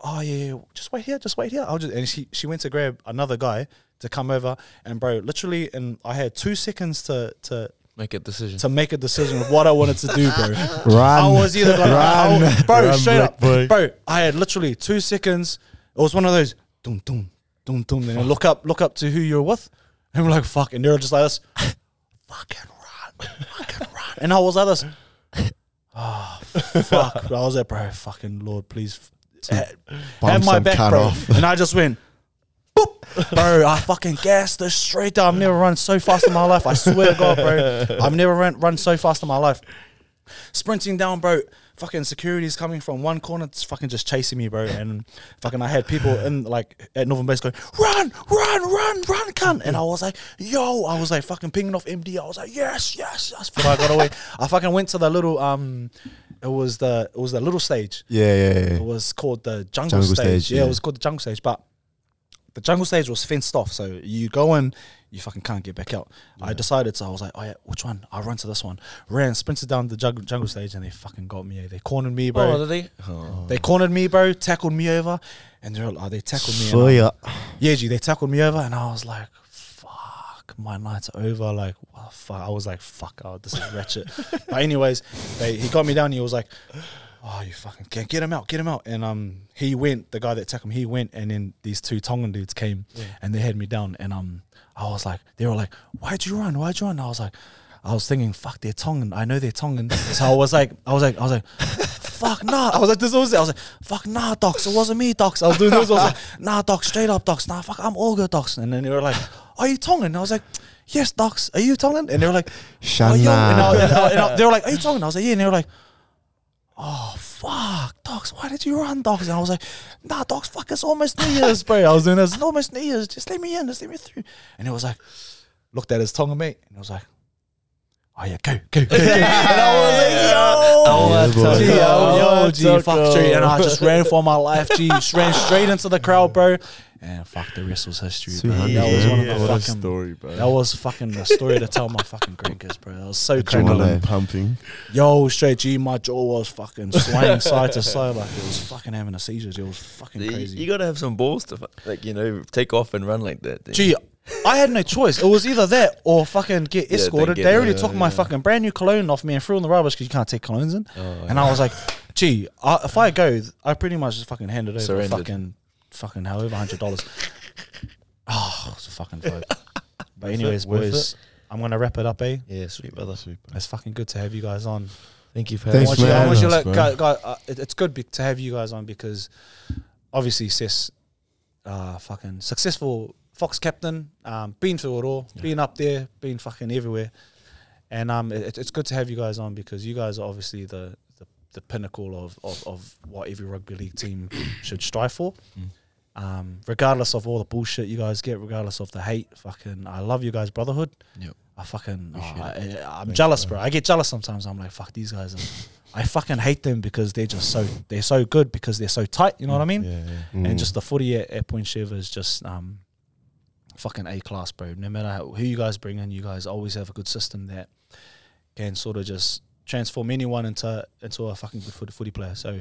S1: oh yeah, yeah, just wait here, just wait here. I'll just and she she went to grab another guy to come over and bro, literally and I had two seconds to to
S3: Make a decision.
S1: to make a decision of what I wanted to do, bro.
S2: Run.
S1: I was either gonna
S2: Run.
S1: I was- bro,
S2: Run,
S1: straight
S2: black
S1: up,
S2: boy.
S1: bro. I had literally two seconds. It was one of those dum dum dum dum, and then look up, look up to who you're with, and we're like fuck, and they're just like this, fucking run, fucking run, and I was like this,
S2: Ah,
S1: oh fuck, bro. I was like, bro, fucking lord, please. f-
S2: Bump
S1: had my
S2: some
S1: back,
S2: cut
S1: bro.
S2: off.
S1: And I just went, boop, bro. I fucking gassed this straight down. I've never run so fast in my life. I swear to God, bro. I've never run, run so fast in my life. Sprinting down, bro. Fucking security's coming from one corner, it's fucking just chasing me, bro. And fucking, I had people in like at Northern Base going, run, run, run, run, cunt. And I was like, yo, I was like fucking pinging off MD. I was like, yes, yes, yes. But I got away. I fucking went to the little um, it was the it was the little stage
S2: Yeah, yeah, yeah.
S1: it was called the jungle, stage.
S2: Jungle stage,
S1: Yeah, it
S2: yeah.
S1: was called the jungle stage, but the jungle stage was fenced off, so you go in, you fucking can't get back out. I decided, so I was like, oh yeah, which one? I'll run to this one. Ran, sprinted down the jungle, jungle stage, and they fucking got me. eh? They cornered me, bro.
S3: oh, did he? Oh.
S1: They cornered me, bro. Tackled me over, and they're like, oh, they tackled me. and
S2: So
S1: I-
S2: yeah,
S1: yeah, G, they tackled me over, and I was like, fuck, fuck, my night's over. Like, wow, fuck. I was like, fuck, oh, this is wretched. but anyways, they, he got me down. He was like, oh, you fucking get, get him out, get him out. And um, he went. The guy that attacked him, he went. And then these two Tongan dudes came and they had me down. And um, I was like, they were like, why'd you run? Why'd you run? I was like. I was thinking, fuck, they're Tongan. I know they're Tongan. So I was like, I was like, I was like, fuck nah. I was like, this was it. I was like, fuck nah, docs. It wasn't me, docs. I was doing this. I was like, nah, docs, straight up, docs. Nah, fuck, I'm all good, docs. And then they were like, are you Tongan? I was like, yes, docs. Are you Tongan? And they were like, "Are Oh, you?" And I,
S2: Shana.
S1: and I- and I- they were like, are you Tongan? I was like, yeah. And they were like, oh fuck, docs, why did you run, docs? And I was like, nah, docs, fuck, it's almost New Year's, bro. I was doing this, it's almost New Year's, just let me in, just let me through. And it was like, looked at his tongue, mate, and I was like, oh yeah, go, go, go, go. and I was
S2: Yeah,
S1: like,
S2: boy.
S1: yo, yo, yo,
S3: Yeah,
S1: G, fuck, G. And I just ran for my life, G, just ran straight into the crowd, bro. And fuck, the rest was history, bro.
S2: Sweet.
S1: That was one of
S4: what
S1: the
S4: a
S1: fucking.
S4: story, bro.
S1: That was fucking the story to tell my fucking grandkids, bro. That was so crazy.
S2: Adrenaline.
S4: pumping.
S1: Yo, straight G, my jaw was fucking swaying side to side like it was fucking having a seizure. It was fucking
S3: You,
S1: crazy.
S3: you gotta have some balls to fu- like you know take off and run like that. then.
S1: Gee, I had no choice. It was either that or fucking get
S3: Yeah, they
S1: escorted.
S3: get
S1: they already
S3: it,
S1: took my
S3: yeah.
S1: fucking brand new cologne off me and threw it in the rubbish because you can't take colognes in.
S3: Oh,
S1: and I was like, gee, I, if I go, th- I pretty much just fucking hand it over
S3: Surrendered.
S1: fucking, fucking however hundred dollars. oh, it's a fucking vibe. but anyways,
S4: worth
S1: boys, I'm gonna wrap it up, eh?
S3: yeah, sweet brother.
S1: It's fucking good to have you guys on.
S3: Thank you for
S2: Thanks,
S1: want
S3: having
S1: you, I
S2: man.
S1: want you to
S4: Nice,
S1: let, guy, guy, uh, it, it's good be, to have you guys on because obviously Sis, uh, fucking successful Fox captain, um, been through it all, been up there, been fucking everywhere, and um, it, it's good to have you guys on because you guys are obviously the the, the pinnacle of, of of what every rugby league team should strive for.
S3: Mm.
S1: Um, regardless of all the bullshit you guys get, regardless of the hate, fucking, I love you guys, brotherhood.
S3: Yep.
S1: I fucking, oh, I,
S3: Appreciate
S1: I- I'm jealous, bro. I get jealous sometimes. I'm like, fuck these guys. I fucking hate them because they're just so they're so good because they're so tight. You know what I mean?
S4: Yeah, yeah.
S2: Mm.
S1: And just the footy at, at Point Shiva is just um, fucking A class, bro. No matter how, who you guys bring in, you guys always have a good system that can sort of just transform anyone into into a fucking good footy, footy player. So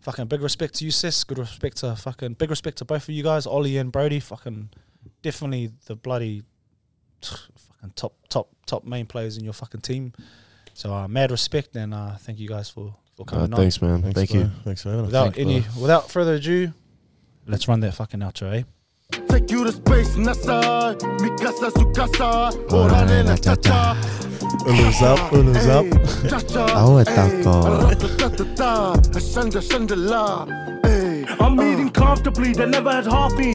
S1: fucking big respect to you, sis. Good respect to fucking big respect to both of you guys, Ollie and Brody. Fucking definitely the bloody fucking top top top main players in your fucking team. So uh, mad respect and uh, thank you guys for for
S2: Uh,
S1: coming on.
S2: thanks, man.
S4: Thanks,
S2: Thank
S4: bro.
S2: you.
S4: Thanks for having us.
S1: Without
S2: Thank you,
S1: any without further ado, let's run that fucking outro, eh?
S5: Take you to space, NASA. Mikasa Sukasa. Orane na chacha.
S4: Unu's up, Unu's up.
S5: Hey, Chacha.
S2: Au, tako.
S5: Ratatata. Ashanda Shandala. Hey.
S6: I'm eating comfortably, they never had half me.